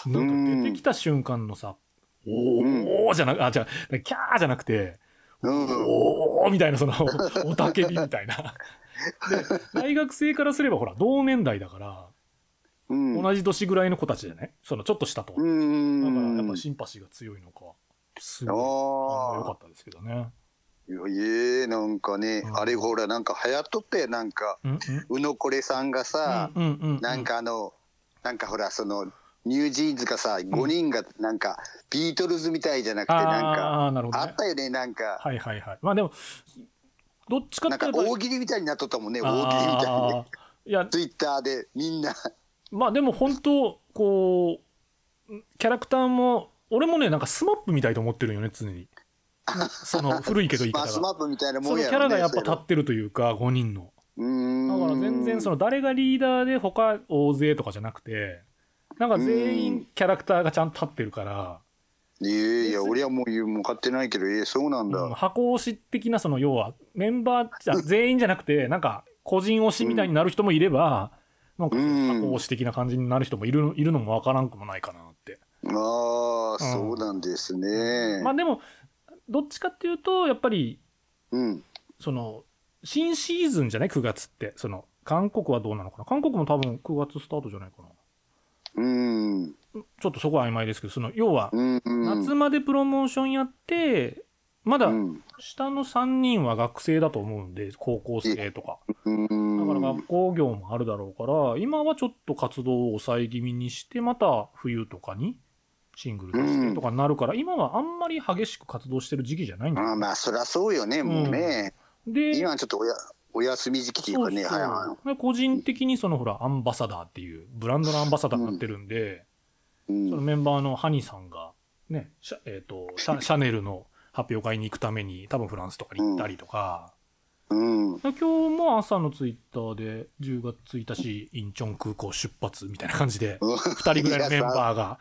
Speaker 6: なんか出てきた瞬間のさ「
Speaker 7: うん
Speaker 6: おお」じゃなくあじゃあキャーじゃなくて
Speaker 7: うん。
Speaker 6: おおみたいな そのおたけびみたいな。で大学生からすればほら同年代だから、
Speaker 7: うん。
Speaker 6: 同じ年ぐらいの子たちじゃないそのちょっとしたと、
Speaker 7: う
Speaker 6: だから
Speaker 7: ん。
Speaker 6: やっぱシンパシーが強いのかす
Speaker 7: あ
Speaker 6: ごいあの良か
Speaker 7: あ
Speaker 6: ったですけどね。
Speaker 7: ー。いやいえ、なんかね
Speaker 6: う、ん
Speaker 7: あれほら、なんか流行っとったよ、なんか。
Speaker 6: うんうん
Speaker 7: うのこれさんがさ、
Speaker 6: うんうんうん
Speaker 7: なんかあの、なんかほら、その、ニュージーンズがさ、5人がなんか、ビートルズみたいじゃなくて、なんか、
Speaker 6: ああーなるほど、
Speaker 7: あ
Speaker 6: ね
Speaker 7: っ、たよね、なんか、
Speaker 6: はいはいはいまあでもどっちか
Speaker 7: な
Speaker 6: っ
Speaker 7: んか
Speaker 6: ていうと
Speaker 7: 大喜利みたいになっとったもんね、大喜利みたいにね。
Speaker 6: いや
Speaker 7: ツイッターでみんな、
Speaker 6: まあでも本当こうキャラクターも俺もねなんかスマップみたいと思ってるよね常に その古いけど言い
Speaker 7: まあ、
Speaker 6: 方
Speaker 7: スマ
Speaker 6: が
Speaker 7: ップみたいなも
Speaker 6: そ
Speaker 7: ん
Speaker 6: のキ
Speaker 7: や
Speaker 6: ャ
Speaker 7: ろ、
Speaker 6: ラ
Speaker 7: ね。
Speaker 6: がやっぱ立
Speaker 7: た
Speaker 6: ってるというか5人の
Speaker 7: うー
Speaker 6: だ
Speaker 7: ん。
Speaker 6: から全然その誰がリーダーで他大勢とかじゃなくてなんか全
Speaker 7: う
Speaker 6: 員キャラクターがちゃんと立ってるから
Speaker 7: いやいや、俺はもう言う、もう買ってないけど、ええ、そうなんだ。
Speaker 6: うん箱推し的なその要はメンバーじゃ全員じゃなくてなんか個人推しみたいになる人もいればなんかその箱推し的な感じになる人もいるいるのもわからんくもないかなって
Speaker 7: ああ、そうなんですね。
Speaker 6: まあでもどっちかっていうとやっぱり
Speaker 7: うん。
Speaker 6: その新シーズンじゃない9月ってその韓国はどうなのかな韓国も多分9月スタートじゃないかな
Speaker 7: うん。
Speaker 6: ちょっとそこは曖昧ですけどその要は
Speaker 7: うん。
Speaker 6: 夏までプロモーションやってまだ
Speaker 7: うん。
Speaker 6: 下の3人は学生だと思うんで高校生とか
Speaker 7: うん。
Speaker 6: だから学校業もあるだろうから今はちょっと活動を抑え気味にしてまた冬とかにシングル出してとかになるから今はあんまり激しく活動してる時期じゃないんだ
Speaker 7: まあまあ、そりゃそうよね、もうね。
Speaker 6: で
Speaker 7: 今はちょっとおやお休み時期っていうかね、
Speaker 6: そうそう
Speaker 7: はいは
Speaker 6: で個人的にそのほらアンバサダーっていうブランドのアンバサダーになってるんで、
Speaker 7: い。うん
Speaker 6: そのメンバーのハニさんがねシャ,、えー、とシャシャネルの発表会に行くために多分フランスとかに行ったりとか、
Speaker 7: うん。
Speaker 6: で今日も朝のツイッターで10月1日インチョン空港出発みたいな感じで
Speaker 7: うん
Speaker 6: 2人ぐらいのメンバーが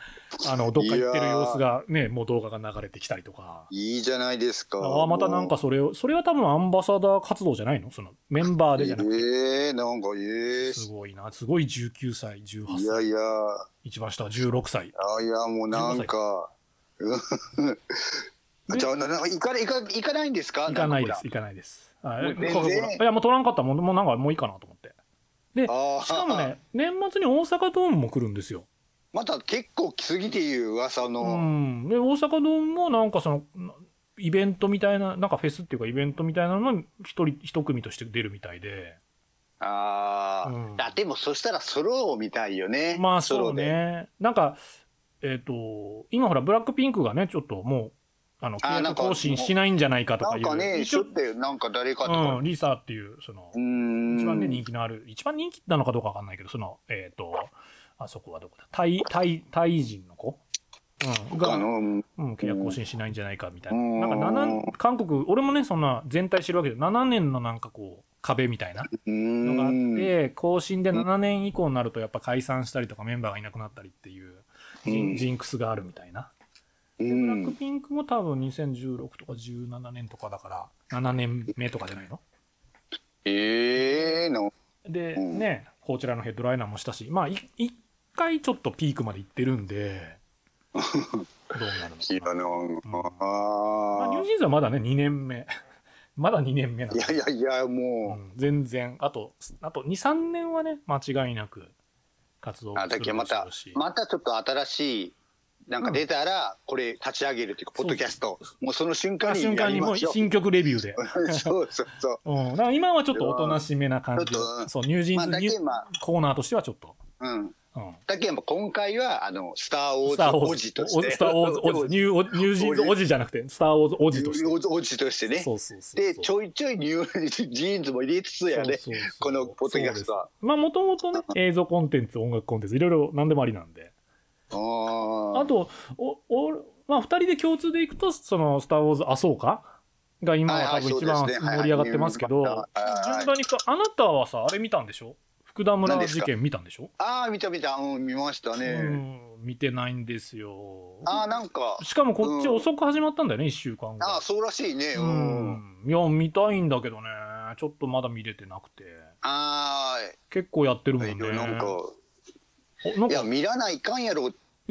Speaker 6: あのどっか行ってる様子がねもう動画が流れてきたりとか。
Speaker 7: いいじゃないですか。
Speaker 6: ああまたなんかそれをそれは多分アンバサダー活動じゃないのそのメンバーでじゃなくて
Speaker 7: ええなんか、ええ
Speaker 6: すごいな、すごい19歳、18歳、
Speaker 7: いやいや、
Speaker 6: 一番下は16歳。
Speaker 7: あいや、もうなんか。うん じゃあ、ななんか、行かれ、行か、行かないんですか。
Speaker 6: 行かないです、
Speaker 7: ん
Speaker 6: 行かないです。あ
Speaker 7: もう全然
Speaker 6: ほらほらいや、もう取らんかったもん、もうなんかもういいかなと思って。で、
Speaker 7: あー
Speaker 6: しかもね、年末に大阪ドームも来るんですよ。
Speaker 7: また結構来すぎていう噂
Speaker 6: う
Speaker 7: の。
Speaker 6: ん。で、大阪ドームもなんかその、なイベントみたいな、なんかフェスっていうかイベントみたいなのの一人、一組として出るみたいで。
Speaker 7: ああ、
Speaker 6: うん
Speaker 7: あ、でも、そしたら、ソロを見たいよね。
Speaker 6: まあ
Speaker 7: ソ
Speaker 6: そう
Speaker 7: ロで。
Speaker 6: ね。なんか、えっ、と、今ほら、ブラックピンクがね、ちょっともう、あの、
Speaker 7: あー
Speaker 6: 契
Speaker 7: なん
Speaker 6: 約
Speaker 7: か
Speaker 6: 更新しないんじゃないかとか
Speaker 7: ないん
Speaker 6: う。
Speaker 7: かね、
Speaker 6: 一
Speaker 7: しょ
Speaker 6: 応
Speaker 7: って、なんか誰かと
Speaker 6: う
Speaker 7: か
Speaker 6: ん、。リサっていう、その
Speaker 7: う、ん。
Speaker 6: 一番ね、人気のある、一番人気なのかどうかわかんないけど、その、えっ、と、あそこはどこだ、タイ、タイ、タイ人の子、うん、
Speaker 7: あ
Speaker 6: が、
Speaker 7: の、うん
Speaker 6: うん、契約更新しないんじゃないかみたいうな。
Speaker 7: ん
Speaker 6: なんか7、韓国、俺もね、そんな全体知るわけで、7年のなんかこう、壁みたいなのがあって、更新で7年以降になると、やっぱ解散したりとか、メンバーがいなくなったりっていう、ジ
Speaker 7: う
Speaker 6: ン
Speaker 7: ん
Speaker 6: ジンクスがあるみたいな。
Speaker 7: う
Speaker 6: でブラック
Speaker 7: ん、
Speaker 6: ピンクも多分2016とか17年とかだから、7年目とかじゃないの
Speaker 7: ええの、
Speaker 6: で、
Speaker 7: うん
Speaker 6: ね、こちらのヘッドライナーもしたし、まあ、い一回ちょっとピークまで行ってるんで、 どうなる
Speaker 7: い
Speaker 6: の
Speaker 7: や
Speaker 6: かな。
Speaker 7: の、
Speaker 6: まあ、ニュ
Speaker 7: あ
Speaker 6: ージーンズはまだね、2年目。 まだ2年目な
Speaker 7: あ、
Speaker 6: ん
Speaker 7: い
Speaker 6: で。
Speaker 7: やいやいや、
Speaker 6: う
Speaker 7: も
Speaker 6: ん全然。あと、あと2、3年はね、間違いなく活動
Speaker 7: う、あ、だ
Speaker 6: す
Speaker 7: っ
Speaker 6: る
Speaker 7: け
Speaker 6: で
Speaker 7: ま
Speaker 6: したょうし。、
Speaker 7: またちょっと新しい。なんか出たら、これ立ち上げるっていうか、ポッドキャスト、もうその瞬間
Speaker 6: あ
Speaker 7: に
Speaker 6: 瞬
Speaker 7: や
Speaker 6: 間
Speaker 7: り
Speaker 6: にも
Speaker 7: ま
Speaker 6: う
Speaker 7: しょう。
Speaker 6: 新曲レビューで。
Speaker 7: そうそうそう。
Speaker 6: うん、だから今はちょっとおとなしめな感じ
Speaker 7: ちょっ
Speaker 6: で、
Speaker 7: と
Speaker 6: そう、ニュージ
Speaker 7: ま
Speaker 6: ー
Speaker 7: あ、
Speaker 6: ンズ
Speaker 7: だ
Speaker 6: ニュ
Speaker 7: け、ま
Speaker 6: コーナーとしてはちょっと。
Speaker 7: あ、うん、
Speaker 6: うん
Speaker 7: だけ、まあ、今回は、あの、スターウォ
Speaker 6: スター・ウ
Speaker 7: ーズ
Speaker 6: ォー
Speaker 7: お
Speaker 6: ズ
Speaker 7: じとして。
Speaker 6: スター・ウォーズ、おじニューおニュージーンズ・おじじゃなくて、スター・ウォーズ・おじとして。
Speaker 7: おじおじとしてね。
Speaker 6: そうそうそうそ
Speaker 7: で、
Speaker 6: う
Speaker 7: ちょいちょいニュージーンズも入れつつやね
Speaker 6: そうそうそう
Speaker 7: このポッドキャストは。
Speaker 6: まあ、もともとね、映像コンテンツ、音楽コンテンツ、いろいろ何でもありなんで。
Speaker 7: あ
Speaker 6: あ
Speaker 7: あ。
Speaker 6: と、お、お、まあ、二人で共通でいくと、その、スター・ウォーズ、あそうかが今は多分一
Speaker 7: はいはいそ
Speaker 6: 番
Speaker 7: うですねはい
Speaker 6: 盛り上がってますけど、
Speaker 7: はいはい
Speaker 6: 順番にいくと、あなたはさ、あれ見たんでしょ福田村
Speaker 7: 何です
Speaker 6: 事
Speaker 7: か
Speaker 6: 件見たんでしょ
Speaker 7: ああ、見た見た。うん、見ました
Speaker 6: う
Speaker 7: ね。
Speaker 6: ん見てないんですよ。
Speaker 7: ああ、なんか、
Speaker 6: しかもこっち
Speaker 7: うん
Speaker 6: 遅く始まったんだよね、1週間後。
Speaker 7: ああ、そうらしいね。う。
Speaker 6: うんん。いや、見たいんだけどね。ちょっとまだ見れてなくて。
Speaker 7: あ
Speaker 6: 結構やってる
Speaker 7: あ、
Speaker 6: もんね。
Speaker 7: いやなんか、
Speaker 6: おなん
Speaker 7: いや、
Speaker 6: か
Speaker 7: 見らないかんやろ。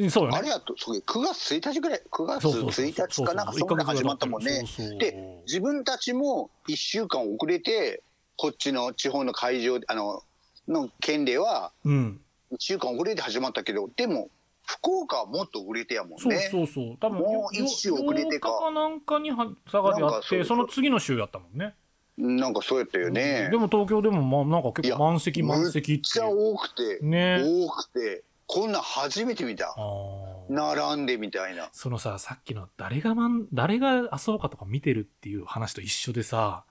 Speaker 6: そうよね。
Speaker 7: あれやと、そう9月1日ぐらい、9月
Speaker 6: そうそうそう
Speaker 7: 1日かなんか、そこで始まったもんね。。
Speaker 6: そうそうそう一ヶ月ぐらい経ってる
Speaker 7: で自分たちも1週間遅れて、こっちの地方の会場、あの、の県では、
Speaker 6: そうそううん。
Speaker 7: 1週間遅れて始まったけど、でも、福岡はもっと売れてやもんね。
Speaker 6: そうそうそう。多分、
Speaker 7: もう一週遅れてか
Speaker 6: 8日なんかには佐賀でや
Speaker 7: なん
Speaker 6: っ
Speaker 7: かそう
Speaker 6: て、
Speaker 7: そう
Speaker 6: その次の週やったもんね。
Speaker 7: なんかそうやったよね。
Speaker 6: でも東京でも、まあ、なんか結構満席満席
Speaker 7: めっ
Speaker 6: っ
Speaker 7: ちゃ
Speaker 6: て。
Speaker 7: 多くて、
Speaker 6: ね。
Speaker 7: 多くて、こんなん初めて見た
Speaker 6: あ。ー
Speaker 7: 並んでみたいな。
Speaker 6: そのさ、さっきの誰がまん、誰が遊ぼうかとか見てるっていう話と一緒でさ、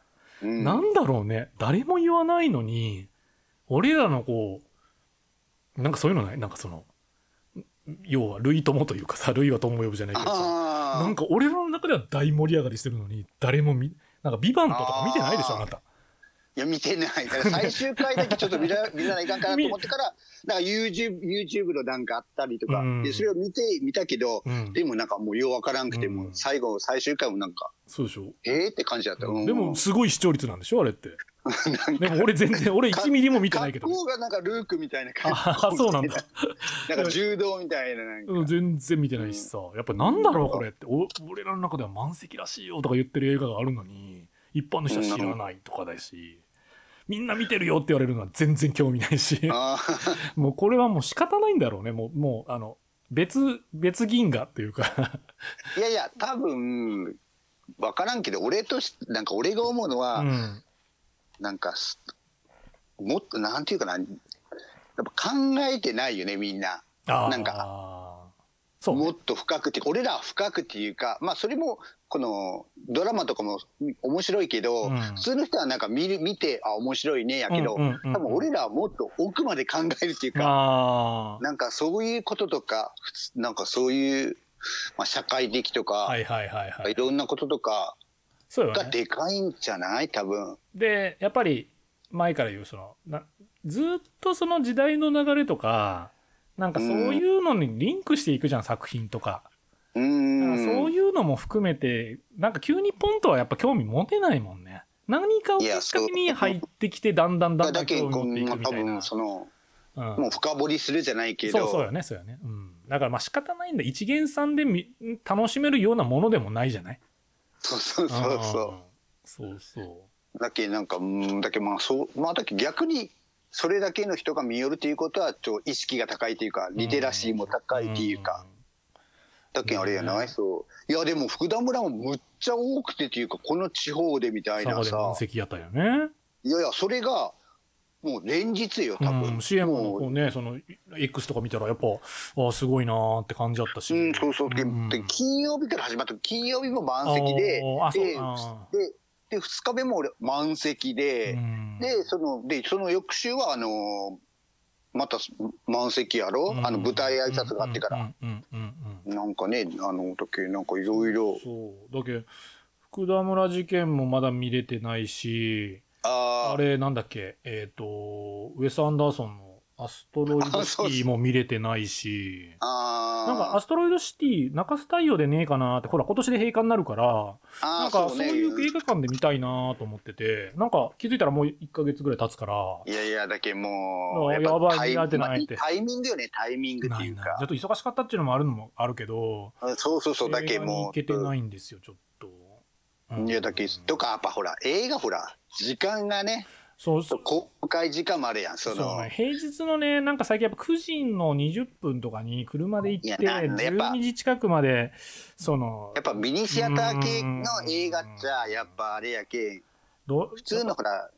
Speaker 7: うん、
Speaker 6: なんだろうね、誰も言わないのに、俺らのこう、なんかそういうのないなんかその、要は、類友というかさ、類は友呼ぶじゃないけどさ、
Speaker 7: あ
Speaker 6: なん
Speaker 7: ー
Speaker 6: か俺らの中では大盛り上がりしてるのに、誰も見、なんか、ビバンとかも見てないでしょ、
Speaker 7: あー
Speaker 6: あなた。
Speaker 7: いや見てないだから最終回だけちょっと見 ら見らないかんかなと思ってからだから YouTube, YouTube のなんかあったりとか、
Speaker 6: うん
Speaker 7: でそれを見て見たけど
Speaker 6: うん。
Speaker 7: でもなんかもうようわからんくて、
Speaker 6: うん
Speaker 7: もう最後最終回もなんか
Speaker 6: そうでしょ。
Speaker 7: えーって感じだった、うん
Speaker 6: で も、すごい視聴率なんでしょ、あれって。
Speaker 7: なん
Speaker 6: で
Speaker 7: か
Speaker 6: も俺全然、俺1ミリも見てないけ
Speaker 7: 格
Speaker 6: ど。
Speaker 7: 好がなんかルークみたいな感じ
Speaker 6: ああ、そうなんだ。
Speaker 7: なんか柔道みたいななんか、
Speaker 6: うん全然見てないしさ、やっぱなんだろうこれってお俺らの中では満席らしいよとか言ってる映画があるのに一般の人は知らないとかだし、みんな見てるよって言われるのは全然興味ないし
Speaker 7: あー
Speaker 6: もうこれはもう仕方ないんだろうねもうもうあの別別銀河っていうか
Speaker 7: いやいや多分わからんけど俺としなんか俺が思うのは、
Speaker 6: うん
Speaker 7: なんかすもっとなんていうかなやっぱ考えてないよねみんな
Speaker 6: あー
Speaker 7: なん
Speaker 6: そう
Speaker 7: も
Speaker 6: ね
Speaker 7: っと深くて俺らは深くっていうかまあそれもこのドラマとかも面白いけど、
Speaker 6: うん
Speaker 7: 普通の人はなんか見る見てあ面白いねやけど、
Speaker 6: うんうんうんうん
Speaker 7: 多分俺らはもっと奥まで考えるっていうか、
Speaker 6: あ
Speaker 7: なんかそういうこととか普通なんかそういう、まあ、社会的とか、
Speaker 6: あはいはいはいはい
Speaker 7: いろんなこととか
Speaker 6: そうよ
Speaker 7: が
Speaker 6: ね
Speaker 7: でかいんじゃない多分。
Speaker 6: でやっぱり前から言うそのなずーっとその時代の流れとかなんかそういうのにリンクしていくじゃん、作品とか
Speaker 7: う
Speaker 6: だか
Speaker 7: ん
Speaker 6: らそういうのも含めてなんか急にポンとはやっぱ興味持てないもんね何かをきっかけに入ってきてだんだんだんだ
Speaker 7: だ
Speaker 6: ん
Speaker 7: け
Speaker 6: 興味
Speaker 7: こう
Speaker 6: 持ってい
Speaker 7: まあ
Speaker 6: くみ
Speaker 7: 多
Speaker 6: たいな、
Speaker 7: 分その
Speaker 6: うん
Speaker 7: もう深掘りするじゃないけど
Speaker 6: そうそうよねそうよね、うん、だからまあ仕方ないんだ一元さんでみ楽しめるようなものでもないじゃない
Speaker 7: そうそうそうそう
Speaker 6: うんそうそう
Speaker 7: だけなんかうんだけまあそうまあだけ逆にそれだけの人が見よるということはちょっと意識が高いというかリテラシーも高いというか、だけあれやない、
Speaker 6: ね
Speaker 7: そういやでも福田村もむっちゃ多くてというかこの地方でみたい
Speaker 6: 佐賀
Speaker 7: な
Speaker 6: で
Speaker 7: さ
Speaker 6: 満席やったよね
Speaker 7: いやいやそれがもう連日よ多分、
Speaker 6: うん、CM の
Speaker 7: も
Speaker 6: こうねその X とか見たらやっぱああすごいなーって感じだったし、
Speaker 7: う、うん、そうそう、で
Speaker 6: ん
Speaker 7: で金曜日から始まった金曜日も満席で
Speaker 6: あーあそう
Speaker 7: で
Speaker 6: あ
Speaker 7: でで2日目も俺満席で、
Speaker 6: ーうん
Speaker 7: でそのでその翌週はあのーまた満席やろ、あの舞台挨拶があってから、
Speaker 6: うんうんうんうん
Speaker 7: なんかねあの時なんかいろいろ
Speaker 6: そうだけど福田村事件もまだ見れてないしあ
Speaker 7: あー
Speaker 6: れなんだっけえっ、とウェス・アンダーソンの「アストロイド
Speaker 7: あ
Speaker 6: シ
Speaker 7: そうそ
Speaker 6: テ
Speaker 7: う
Speaker 6: ィ」も見れてないし
Speaker 7: あ
Speaker 6: なんか「アストロイドシティ」中洲太陽でねえかなってほら今年で閉館になるから
Speaker 7: あ
Speaker 6: な
Speaker 7: ー
Speaker 6: んか
Speaker 7: そ
Speaker 6: そうう
Speaker 7: ね
Speaker 6: いう映画館で見たいなと思ってて、なんか気づいたらもう1ヶ月ぐらい経つから、
Speaker 7: いやいやだけもう
Speaker 6: あー
Speaker 7: っぱ
Speaker 6: やばい
Speaker 7: タイ
Speaker 6: 見られてないって
Speaker 7: まあタイミングよねタイミングっ
Speaker 6: な
Speaker 7: て
Speaker 6: い
Speaker 7: いう
Speaker 6: な
Speaker 7: か
Speaker 6: ちょっと忙しかったっていうのもあるのもあるけど、
Speaker 7: そうそうそうだ
Speaker 6: 映
Speaker 7: け
Speaker 6: 画に行
Speaker 7: もう
Speaker 6: けてないんですよ、ちょっと。うん
Speaker 7: いやだけとかやっぱほら映画ほら時間がね
Speaker 6: そうそう
Speaker 7: 公開時間もあるやんそ
Speaker 6: そう
Speaker 7: の
Speaker 6: ね、平日のね、なんか最近やっぱ9時の20分とかに車で行って、
Speaker 7: いやなんだやっぱ
Speaker 6: 12時近くまで、その
Speaker 7: やっ、ぱミニシアター系の映画じゃやっぱあれやけん
Speaker 6: ど
Speaker 7: 普通のほら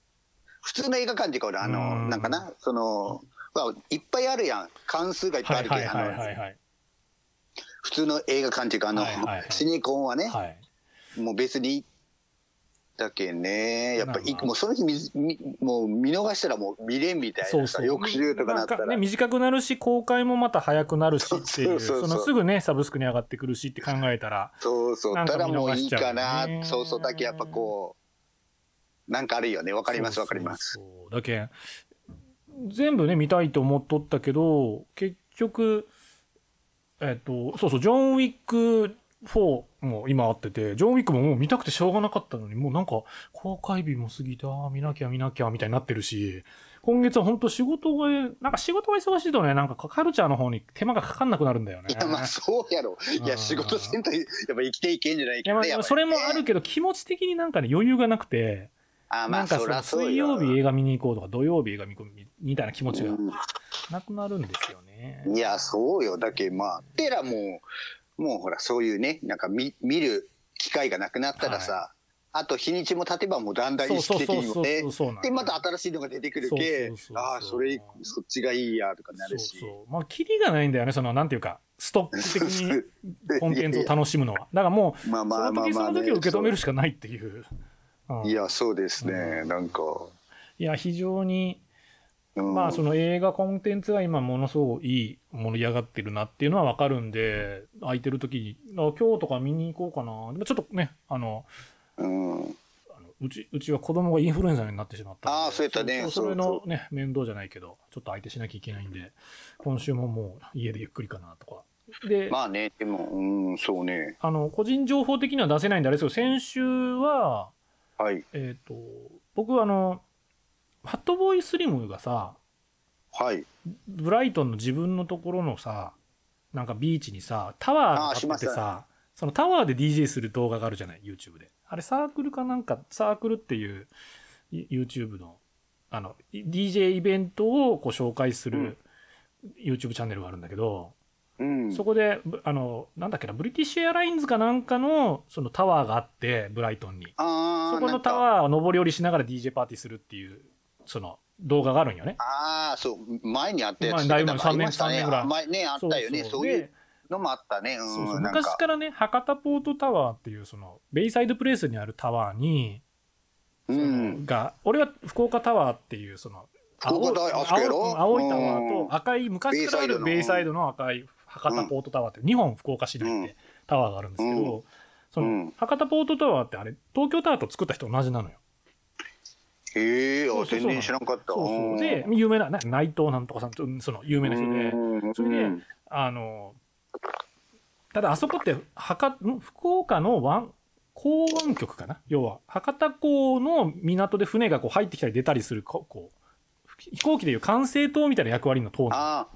Speaker 7: 普通の映画館っていうかほらあの
Speaker 6: うん
Speaker 7: なんかなそのまあいっぱいあるやん関数がいっぱいあ
Speaker 6: はい
Speaker 7: るけ
Speaker 6: は
Speaker 7: ん
Speaker 6: いはい
Speaker 7: あ
Speaker 6: は
Speaker 7: の
Speaker 6: いはい。
Speaker 7: 普通の映画館っていうかあの、
Speaker 6: はいはいはい
Speaker 7: シネコンはね、
Speaker 6: はい
Speaker 7: もう別にだけねやっぱ
Speaker 6: なんか
Speaker 7: もうその日見ず見もう見逃したらもう見れんみたいなさ
Speaker 6: そうそう
Speaker 7: 翌週とかなった
Speaker 6: ん
Speaker 7: ら、
Speaker 6: ね、短くなるし公開もまた早くなるしってい
Speaker 7: そ
Speaker 6: う
Speaker 7: うそうそうそう
Speaker 6: そのすぐねサブスクに上がってくるしって考えたら
Speaker 7: そうそう
Speaker 6: な
Speaker 7: た
Speaker 6: んから
Speaker 7: もういいか
Speaker 6: 見逃しちゃ
Speaker 7: な、
Speaker 6: うよね
Speaker 7: そうそうだけやっぱこうなんかあるよねわかりますわかります
Speaker 6: そうそうそうだけん全部ね見たいと思っとったけど結局えっと、そうそう、ジョン・ウィック4も今あってて、ジョン・ウィックももう見たくてしょうがなかったのに、もうなんか、公開日も過ぎて、あー見なきゃ見なきゃ、みたいになってるし、今月は本当仕事が、なんか仕事が忙しいとね、なんかカルチャーの方に手間がかかんなくなるんだよね。
Speaker 7: いやまあそうやろい
Speaker 6: うん
Speaker 7: や仕事せんとやっぱ生きていけんじゃない
Speaker 6: い
Speaker 7: け
Speaker 6: や
Speaker 7: ど
Speaker 6: ま
Speaker 7: ねや
Speaker 6: あ、
Speaker 7: っぱ
Speaker 6: そ
Speaker 7: り
Speaker 6: れもあるけど、気持ち的になんかね、余裕がなくて、
Speaker 7: あま
Speaker 6: な
Speaker 7: あ
Speaker 6: んか
Speaker 7: そ
Speaker 6: そ
Speaker 7: り
Speaker 6: の
Speaker 7: ゃそう
Speaker 6: 水
Speaker 7: よ
Speaker 6: 曜日映画見に行こうとか、土曜日映画見に行こうみたいな気持ちが
Speaker 7: う
Speaker 6: なくなるんですよね。
Speaker 7: んいやそうよだけどまあてらもうもうほらそういうねなんか見見る機会がなくなったらさ、あと日にちも経てばもうだんだん
Speaker 6: そ
Speaker 7: 意
Speaker 6: うそ
Speaker 7: 識
Speaker 6: う
Speaker 7: 的
Speaker 6: そう
Speaker 7: に
Speaker 6: そ
Speaker 7: も
Speaker 6: う
Speaker 7: ね
Speaker 6: そうそうなんだよ。
Speaker 7: でまた新しいのが出てくるけ
Speaker 6: そうそうそうそう
Speaker 7: ああそれそっちがいいやとかなるし
Speaker 6: そうそうまあキリがないんだよねそのなんていうかストック的にコンテンツを
Speaker 7: いや
Speaker 6: 楽しむのはだからもう
Speaker 7: いやまあまあ
Speaker 6: その
Speaker 7: まあ
Speaker 6: 時
Speaker 7: ま
Speaker 6: そ
Speaker 7: あ
Speaker 6: の
Speaker 7: ね
Speaker 6: 時を受け止めるしかないっていう、うん
Speaker 7: いやそうですね、
Speaker 6: うん
Speaker 7: なんか、
Speaker 6: いや非常に
Speaker 7: うん、
Speaker 6: まあその映画コンテンツが今ものすごくいい盛り上がってるなっていうのはわかるんで空いてる時にあ今日とか見に行こうかなでもちょっとねあの
Speaker 7: うん
Speaker 6: あのうちうちは子供がインフルエンザになってしまったんで
Speaker 7: あーそうやったね
Speaker 6: そうそれ
Speaker 7: そう
Speaker 6: のね面倒じゃないけどちょっと相手しなきゃいけないんで今週ももう家でゆっくりかなとかで、
Speaker 7: まあねでもうんそうね
Speaker 6: あの個人情報的には出せないんであれですけど先週は
Speaker 7: はい
Speaker 6: えっ、と僕はあのハットボーイスリムがさ
Speaker 7: はい
Speaker 6: ブライトンの自分のところのさなんかビーチにさタワーが立ってて
Speaker 7: あーし
Speaker 6: さそのタワーで DJ する動画があるじゃない YouTube であれサークルかなんかサークルっていうい YouTube のあのい DJ イベントをこう紹介する YouTube チャンネルがあるんだけ
Speaker 7: う
Speaker 6: ど、
Speaker 7: ん
Speaker 6: そこでぶあのなんだっけなブリティッシュエアラインズかなんかのそのタワーがあってブライトンに
Speaker 7: あ
Speaker 6: そこのタ
Speaker 7: ーなんか
Speaker 6: ワーを上り下りしながら DJ パーティーするっていうその動画があるんよね。
Speaker 7: ああそう前にあったやつ
Speaker 6: まあだいぶ
Speaker 7: な
Speaker 6: 前
Speaker 7: んかありましたね
Speaker 6: 三年三年ぐらい
Speaker 7: 前ねあったよねそう
Speaker 6: そう
Speaker 7: い
Speaker 6: で
Speaker 7: うのもあったねうん
Speaker 6: そうそう
Speaker 7: なん
Speaker 6: 昔
Speaker 7: か
Speaker 6: からね博多ポートタワーっていうそのベイサイドプレイスにあるタワーに、
Speaker 7: う
Speaker 6: その
Speaker 7: ん
Speaker 6: が俺は福岡タワーっていうその
Speaker 7: 福岡タワー
Speaker 6: 青い
Speaker 7: あそこやろ
Speaker 6: 青い青いタワ
Speaker 7: う
Speaker 6: ー
Speaker 7: ん
Speaker 6: と赤い昔からあるベ
Speaker 7: ベ
Speaker 6: イ
Speaker 7: イ
Speaker 6: サ
Speaker 7: サ
Speaker 6: イ
Speaker 7: イ
Speaker 6: ド
Speaker 7: ド
Speaker 6: の赤い博多ポートタワーって2本福岡市内
Speaker 7: う
Speaker 6: で
Speaker 7: ん
Speaker 6: タワーがあるんですけど、
Speaker 7: う
Speaker 6: そうの
Speaker 7: ん
Speaker 6: 博多ポートタワーってあれ東京タワーと作った人同じなのよ。
Speaker 7: へえ
Speaker 6: そ
Speaker 7: あ
Speaker 6: うそうそう
Speaker 7: 全然知らんかった
Speaker 6: そうそうで
Speaker 7: ん
Speaker 6: 有名なな内藤なんとかさんとその有名な人で。
Speaker 7: うん
Speaker 6: それであのただあそこって博ん福岡の湾港湾局かな要は博多港の港で船がこう入ってきたり出たりするここう飛行機でいう管制塔みたいな役割の塔なの
Speaker 7: ああ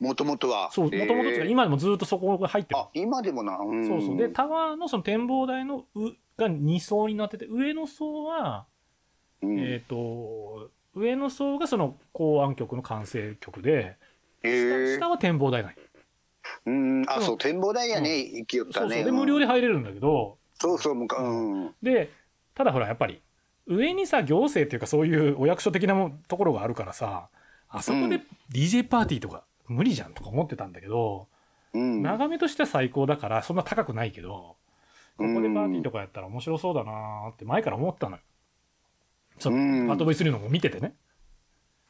Speaker 7: もともとは
Speaker 6: そうもともと
Speaker 7: へえ
Speaker 6: 今でもずっとそこが入ってる
Speaker 7: あ今でもなうん
Speaker 6: そうそうでタワーのその展望台のうが2層になってて上の層は
Speaker 7: うん
Speaker 6: えっと上の層がその港湾局の管制局で
Speaker 7: へえ
Speaker 6: 下は展望台なんよ
Speaker 7: うんあ
Speaker 6: そ
Speaker 7: そうう展望台やね行きよっ
Speaker 6: そ
Speaker 7: た
Speaker 6: うそう
Speaker 7: ね
Speaker 6: で無料で入れるんだけど
Speaker 7: そうそうむかうん
Speaker 6: でただほらやっぱり上にさ行政っていうかそういうお役所的なもんところがあるからさあそこ
Speaker 7: う
Speaker 6: で
Speaker 7: ん
Speaker 6: DJ パーティーとか無理じゃんとか思ってたんだけど、
Speaker 7: うん
Speaker 6: 眺めとしては最高だからそんな高くないけどここでパーティーとかやったら面白そうだなーって前から思ったのよ。そう
Speaker 7: うん
Speaker 6: パート V するのも見ててね。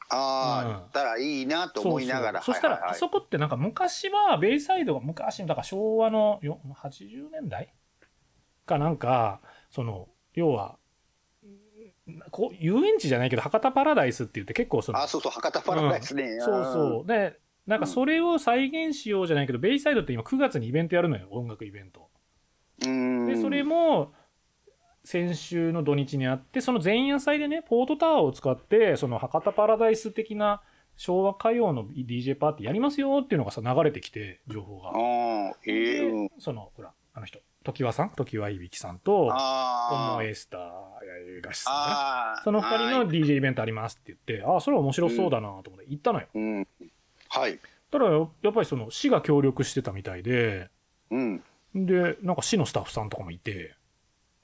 Speaker 7: あ
Speaker 6: うん
Speaker 7: あ、だからいいなと思いながら。
Speaker 6: そうそうそした
Speaker 7: はいはい
Speaker 6: ら
Speaker 7: は
Speaker 6: あ
Speaker 7: い
Speaker 6: そこってなんか昔はベイサイドが昔だから昭和のよ80年代かなんかその要はんこう遊園地じゃないけど博多パラダイスって言って結構その
Speaker 7: あ、そうそう、博多パラダイスね。
Speaker 6: そうそうでなんかそれを再現しようじゃないけど、ベイサイドって今9月にイベントやるのよ音楽イベント。
Speaker 7: うん。うん。
Speaker 6: でそれも先週の土日にあってその前夜祭でねポートタワーを使ってその博多パラダイス的な昭和歌謡の DJ パーティーやりますよっていうのがさ流れてきて情報
Speaker 7: あ
Speaker 6: が。
Speaker 7: あ、ええ
Speaker 6: で
Speaker 7: うん。
Speaker 6: そのほらあの人常盤さん常盤いびきさんと
Speaker 7: あ
Speaker 6: ト
Speaker 7: あ
Speaker 6: ム・エ。スター映画室さんかな
Speaker 7: ああ。
Speaker 6: その2人
Speaker 7: はい
Speaker 6: の DJ イベントありますって言ってああそれは面白そうだなと思って行ったのよ。
Speaker 7: うん。はい。
Speaker 6: ただやっぱりその市が協力してたみたいで
Speaker 7: うん。
Speaker 6: でなんか市のスタッフさんとかもいて。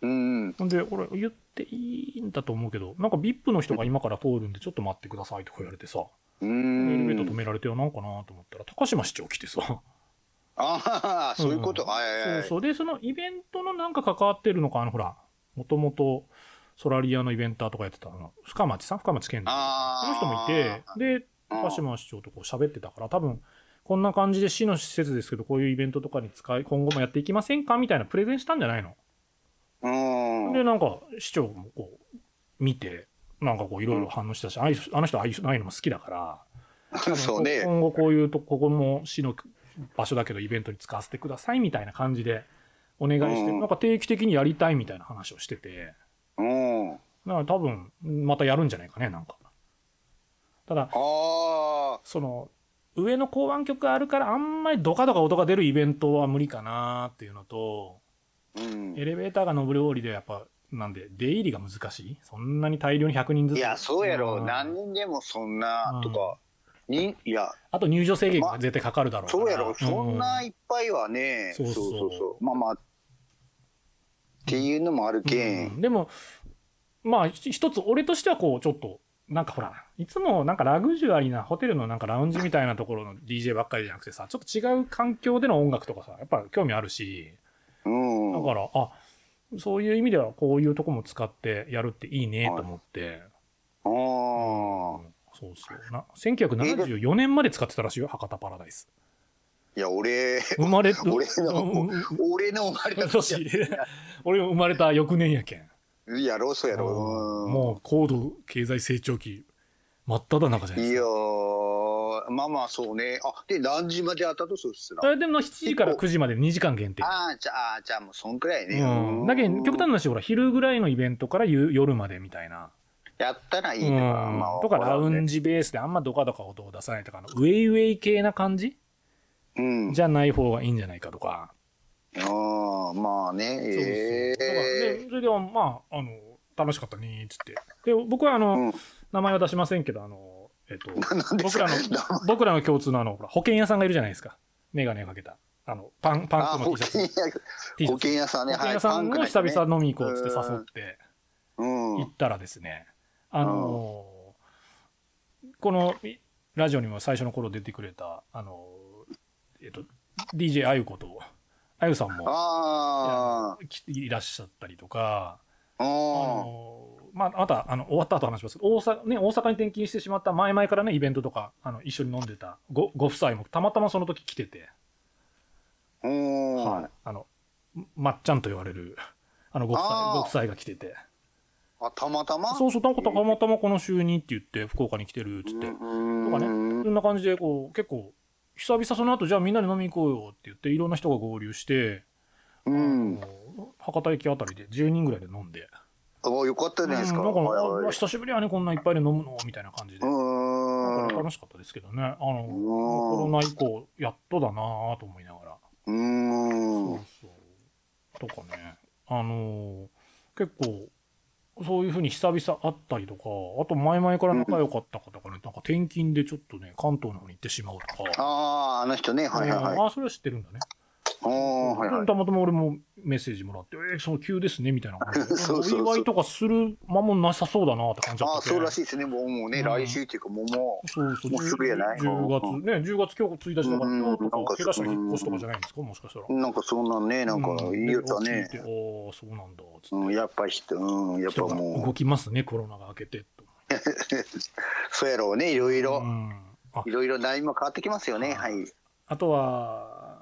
Speaker 7: うん。
Speaker 6: で、俺、言っていいんだと思うけど、なんか VIP の人が今から通るんで、ちょっと待ってくださいとか言われてさ、
Speaker 7: う
Speaker 6: エレベーター止
Speaker 7: ん。
Speaker 6: められてはなんかなと思ったら、高島市長来てさ、
Speaker 7: ああ、そういうこと。
Speaker 6: うん
Speaker 7: はいはいはい。
Speaker 6: そうそう、で、そのイベントのなんか関わってるのか、あの、ほら、もともと、ソラリアのイベンターとかやってたの、深町さん、深町健太さん、
Speaker 7: あー
Speaker 6: その人もいて、で、
Speaker 7: うん
Speaker 6: 高島市長とこう喋ってたから、多分、こんな感じで市の施設ですけど、こういうイベントとかに使い、今後もやっていきませんかみたいなプレゼンしたんじゃないの
Speaker 7: うん。
Speaker 6: でなんか市長もこう見てなんかこういろいろ反応したし、ああいうあの人ああいうああいうのも好きだか ら
Speaker 7: そうね。
Speaker 6: 今後こういうとここも市の場所だけどイベントに使わせてくださいみたいな感じでお願いして、なんか定期的にやりたいみたいな話をしてて、
Speaker 7: うん。あ
Speaker 6: だから多分、またやるんじゃないかね、なんか。ただ、
Speaker 7: あ
Speaker 6: その、上の公安局あるからあんまりドカドカ音が出るイベントは無理かなっていうのと、
Speaker 7: ー。うん。
Speaker 6: エレベーターが上り下りでやっぱ、なんで、出入りが難しいそんなに大量に100人ずつ。
Speaker 7: いや、そうやろ。
Speaker 6: ん
Speaker 7: 何人でもそんな、とか。にいや、
Speaker 6: あと入場制限が絶対かかるだろうから
Speaker 7: そうやろ。そんない
Speaker 6: うん
Speaker 7: っぱいはね。そ
Speaker 6: そ
Speaker 7: うう
Speaker 6: そう
Speaker 7: そうそう。まあまあ。っていうのもあるけん。
Speaker 6: でも、まあ、ひ一つ、俺としてはこう、ちょっと、なんかほら、いつもなんかラグジュアリーなホテルのなんかラウンジみたいなところの DJ ばっかりじゃなくてさ、ちょっと違う環境での音楽とかさ、やっぱ興味あるし、
Speaker 7: うん。
Speaker 6: だから、あ、そういう意味ではこういうとこも使ってやるっていいねと思って。
Speaker 7: あ
Speaker 6: うん
Speaker 7: あ。
Speaker 6: そうそうな。1974年まで使ってたらしいよ、博多パラダイス。
Speaker 7: いや、俺、
Speaker 6: 生まれ、
Speaker 7: 俺の
Speaker 6: うんうん
Speaker 7: 俺の生ま れた
Speaker 6: 年
Speaker 7: 年。
Speaker 6: 俺生まれた翌年やけん。
Speaker 7: やろ、そうやろ。うん
Speaker 6: もう高度経済成長期真っ只中じゃない
Speaker 7: い
Speaker 6: です
Speaker 7: や
Speaker 6: か。
Speaker 7: ー、まあまあそうね。あ、で、何時まであったとそうっすな
Speaker 6: そ。れでも7時から9時まで2時間限定。
Speaker 7: ああ、じゃあ、じゃあもうそんくらいね。
Speaker 6: うん、だけど極端な話ほら昼ぐらいのイベントから夕夜までみたいな、
Speaker 7: やったらいいな。
Speaker 6: うん
Speaker 7: まあ、
Speaker 6: とかラウン
Speaker 7: ジ。
Speaker 6: ジベースであんまドカドカ音を出さないとかあのウェイウェイ系な感じ
Speaker 7: うん。
Speaker 6: じゃない方がいいんじゃないかとか、
Speaker 7: ああ、まあね。
Speaker 6: そうそう
Speaker 7: え
Speaker 6: だから
Speaker 7: え
Speaker 6: でそれではまああの楽しかったねーっつってで僕はあの、
Speaker 7: うん
Speaker 6: 名前は出しませんけどあのえっ と
Speaker 7: なんで
Speaker 6: 僕
Speaker 7: す
Speaker 6: ら
Speaker 7: か
Speaker 6: の僕らの共通のあのほら保険屋さんがいるじゃないですか眼鏡をかけたあのパンパ
Speaker 7: あ
Speaker 6: ンクの
Speaker 7: 保
Speaker 6: T シャ
Speaker 7: 険
Speaker 6: ツ
Speaker 7: 屋
Speaker 6: T シ
Speaker 7: 保
Speaker 6: ャツ
Speaker 7: 険屋さんね。
Speaker 6: 保険
Speaker 7: はい。
Speaker 6: 屋さん
Speaker 7: パン
Speaker 6: が
Speaker 7: クだ
Speaker 6: 久
Speaker 7: よね
Speaker 6: 々飲み行こうっつって誘って
Speaker 7: うん。
Speaker 6: 行ったらですね、あのーこのいラジオにも最初の頃出てくれた、あのーえっと、DJ あゆこと、あゆさんも
Speaker 7: あ
Speaker 6: きいらっしゃったりとか、
Speaker 7: あ。う
Speaker 6: あ
Speaker 7: ん。
Speaker 6: のーまあ、またあの終わった後話しますけど大阪、ね、大阪に転勤してしまった前々からね、イベントとかあの一緒に飲んでたごご夫妻もたまたまその時来てて、
Speaker 7: うん。
Speaker 6: はいあのまっちゃんと言われるあのご夫
Speaker 7: あ
Speaker 6: 妻
Speaker 7: ー
Speaker 6: ご夫妻が来てて。
Speaker 7: あ、たまたま
Speaker 6: そうそう、なんかたまたまこの週にって言って、福岡に来てるっつって。とかね、そんな感じで、こう、結構、久々その後、じゃあみんなで飲み行こうよって言って、いろんな人が合流して、
Speaker 7: うん。
Speaker 6: あの博多駅あたりで10人ぐらいで飲んで、
Speaker 7: あ、よかったじゃないですか。
Speaker 6: うんなんか、
Speaker 7: はいはい
Speaker 6: あ久しぶりやね、こんないっぱいで飲むの、みたいな感じで。なんか
Speaker 7: う
Speaker 6: 楽しかったですけどね、あの、
Speaker 7: ん
Speaker 6: コロナ以降、やっとだなぁと思いながら。
Speaker 7: ん。うん
Speaker 6: そう。そう。とかね、あのー結構、そういうふうに久々会ったりとか、あと前々から仲良かった方がね、なんか転勤でちょっとね、関東の方に行ってしまうとか。
Speaker 7: ああ、あの人ね。はいはい
Speaker 6: うん
Speaker 7: はい。
Speaker 6: あ、それは知ってるんだね。
Speaker 7: ああ、はいはい。
Speaker 6: たまたま俺もメッセージもらって、えー、その急ですね、みたいな感じ
Speaker 7: そ
Speaker 6: で。
Speaker 7: うそうそう
Speaker 6: お祝いとかする間もなさそうだなって感じだ
Speaker 7: あ
Speaker 6: っ
Speaker 7: あ、
Speaker 6: たけど
Speaker 7: そうらしいですね。もうもうね、
Speaker 6: うん
Speaker 7: 来週っていうか、もうも
Speaker 6: そうそう。
Speaker 7: もうすぐやない
Speaker 6: 10月、ね、10月今日1日だから、
Speaker 7: うん
Speaker 6: 今日とか
Speaker 7: なんか
Speaker 6: 下手したら引っ越しとかじゃないんですか、もしかしたら。
Speaker 7: う、なんかそんなんね、なんか
Speaker 6: う
Speaker 7: 言いよったね
Speaker 6: で。聞いてああ、そうなんだ、つって。
Speaker 7: うん、やっぱ人、うん、やっぱ
Speaker 6: 人が動
Speaker 7: も
Speaker 6: きますね、コロナが明けてと。
Speaker 7: う、そうやろうね、いろいろ
Speaker 6: う、んあ
Speaker 7: いろいろ内容も変わってきますよね、はい。
Speaker 6: あとは、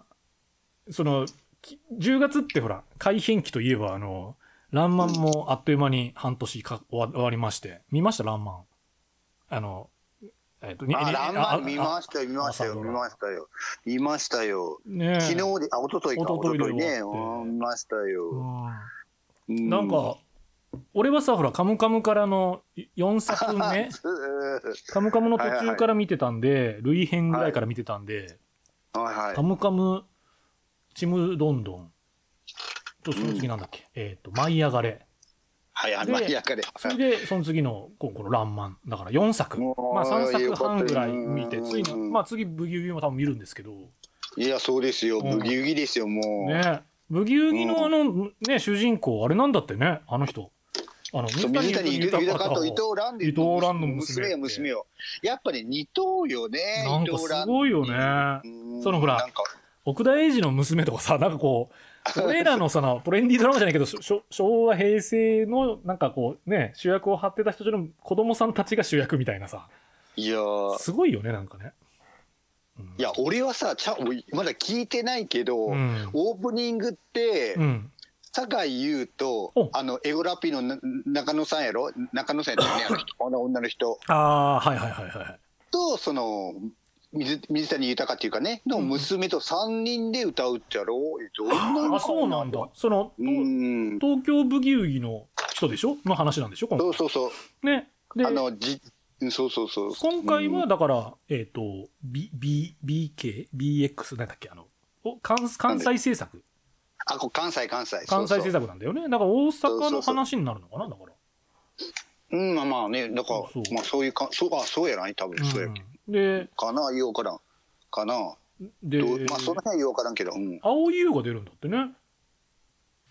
Speaker 6: その、き10月ってほら、改変期といえば、あの、ランマンもあっという間に半年か終わ終わりまして、見ました、ランマン。あの、えっと、ね
Speaker 7: あ、
Speaker 6: ね
Speaker 7: ラン
Speaker 6: あ
Speaker 7: マ
Speaker 6: あ
Speaker 7: ン見ましたよ、見ました
Speaker 6: 朝
Speaker 7: よ、
Speaker 6: ド
Speaker 7: 見
Speaker 6: ラ
Speaker 7: ましたよ、見ましたよ。
Speaker 6: ねえ
Speaker 7: 昨日で、あ、一昨日か、
Speaker 6: 一昨
Speaker 7: 一
Speaker 6: 日
Speaker 7: 昨日ね、
Speaker 6: で終わって
Speaker 7: うん見ました
Speaker 6: う
Speaker 7: よ。
Speaker 6: ん
Speaker 7: う、
Speaker 6: なんか、、俺はさ、ほら、カムカムからの4作目
Speaker 7: うん
Speaker 6: カムカムの途中から見てたんで、類編ぐらいから見てたんで、
Speaker 7: はいはい
Speaker 6: カ。ムカム、ちむどんどん。と、その次なんだっけ、えっ、と、舞い上がれ。
Speaker 7: はいはい、
Speaker 6: で
Speaker 7: まあ、やかれ。
Speaker 6: それで、その次の、こうこの、らんまん。だから4作。
Speaker 7: うわー
Speaker 6: まあ3作半ぐらい見て、
Speaker 7: よかった
Speaker 6: つい
Speaker 7: よ
Speaker 6: に、まあ次、ブギウギも多分見るんですけど、
Speaker 7: いや、そうですよ。
Speaker 6: うん
Speaker 7: ブギウギですよ、もう。
Speaker 6: ね。ブギウギのあ
Speaker 7: うん
Speaker 6: の、ね、主人公、あれなんだってね、あの人。あの、
Speaker 7: そう水谷豊と伊藤蘭で
Speaker 6: 伊藤蘭の娘
Speaker 7: よ娘よやっぱり二頭よね
Speaker 6: なんかすごいよ
Speaker 7: 伊
Speaker 6: ね
Speaker 7: 藤蘭っていううん
Speaker 6: そのほら
Speaker 7: なんか
Speaker 6: 奥田英二の娘とかさ、なんかこ う、俺らのその、トレンディードラマじゃないけど、しょしょ昭和、平成の、なんかこう、ね、主役を張ってた人たちの子供さんたちが主役みたいなさ、
Speaker 7: いやー
Speaker 6: すごいよね、なんかね。うん
Speaker 7: いや俺はさちゃ俺まだ聞いてないけど、
Speaker 6: うん。
Speaker 7: オープニングって、
Speaker 6: うん。
Speaker 7: 酒井優と
Speaker 6: お
Speaker 7: あのエゴラピーのな中野さんやろ中野さんやったよねあの人あの女の人
Speaker 6: ああ、はいはいはいはい。
Speaker 7: とその水水谷豊っていうかねの娘と3人で歌うってやろうどんな
Speaker 6: あ、そうなんだ。その、
Speaker 7: うん
Speaker 6: 東京ブギウギの人でしょの話なんでしょ今
Speaker 7: そうそうそう
Speaker 6: 回。ね。で
Speaker 7: あ、のじそうそうそう
Speaker 6: 今回
Speaker 7: う
Speaker 6: は
Speaker 7: ん
Speaker 6: だから、えっ、と、B、B、BK、BX、なんだっけ、あの、お関関西制作。
Speaker 7: あこう関西関西
Speaker 6: 関西制
Speaker 7: そう
Speaker 6: 作なんだよね。だから大
Speaker 7: そう
Speaker 6: 阪
Speaker 7: そ
Speaker 6: の
Speaker 7: うそう
Speaker 6: 話になるのかなだから。
Speaker 7: そううんまあまあねだから
Speaker 6: そうそう
Speaker 7: まあそういうかそうあそうやない多分そうや、
Speaker 6: うんで、
Speaker 7: かなようわからんかな、
Speaker 6: で、
Speaker 7: どうまあその辺はようわからんけどうん
Speaker 6: 青い優が出るんだってね。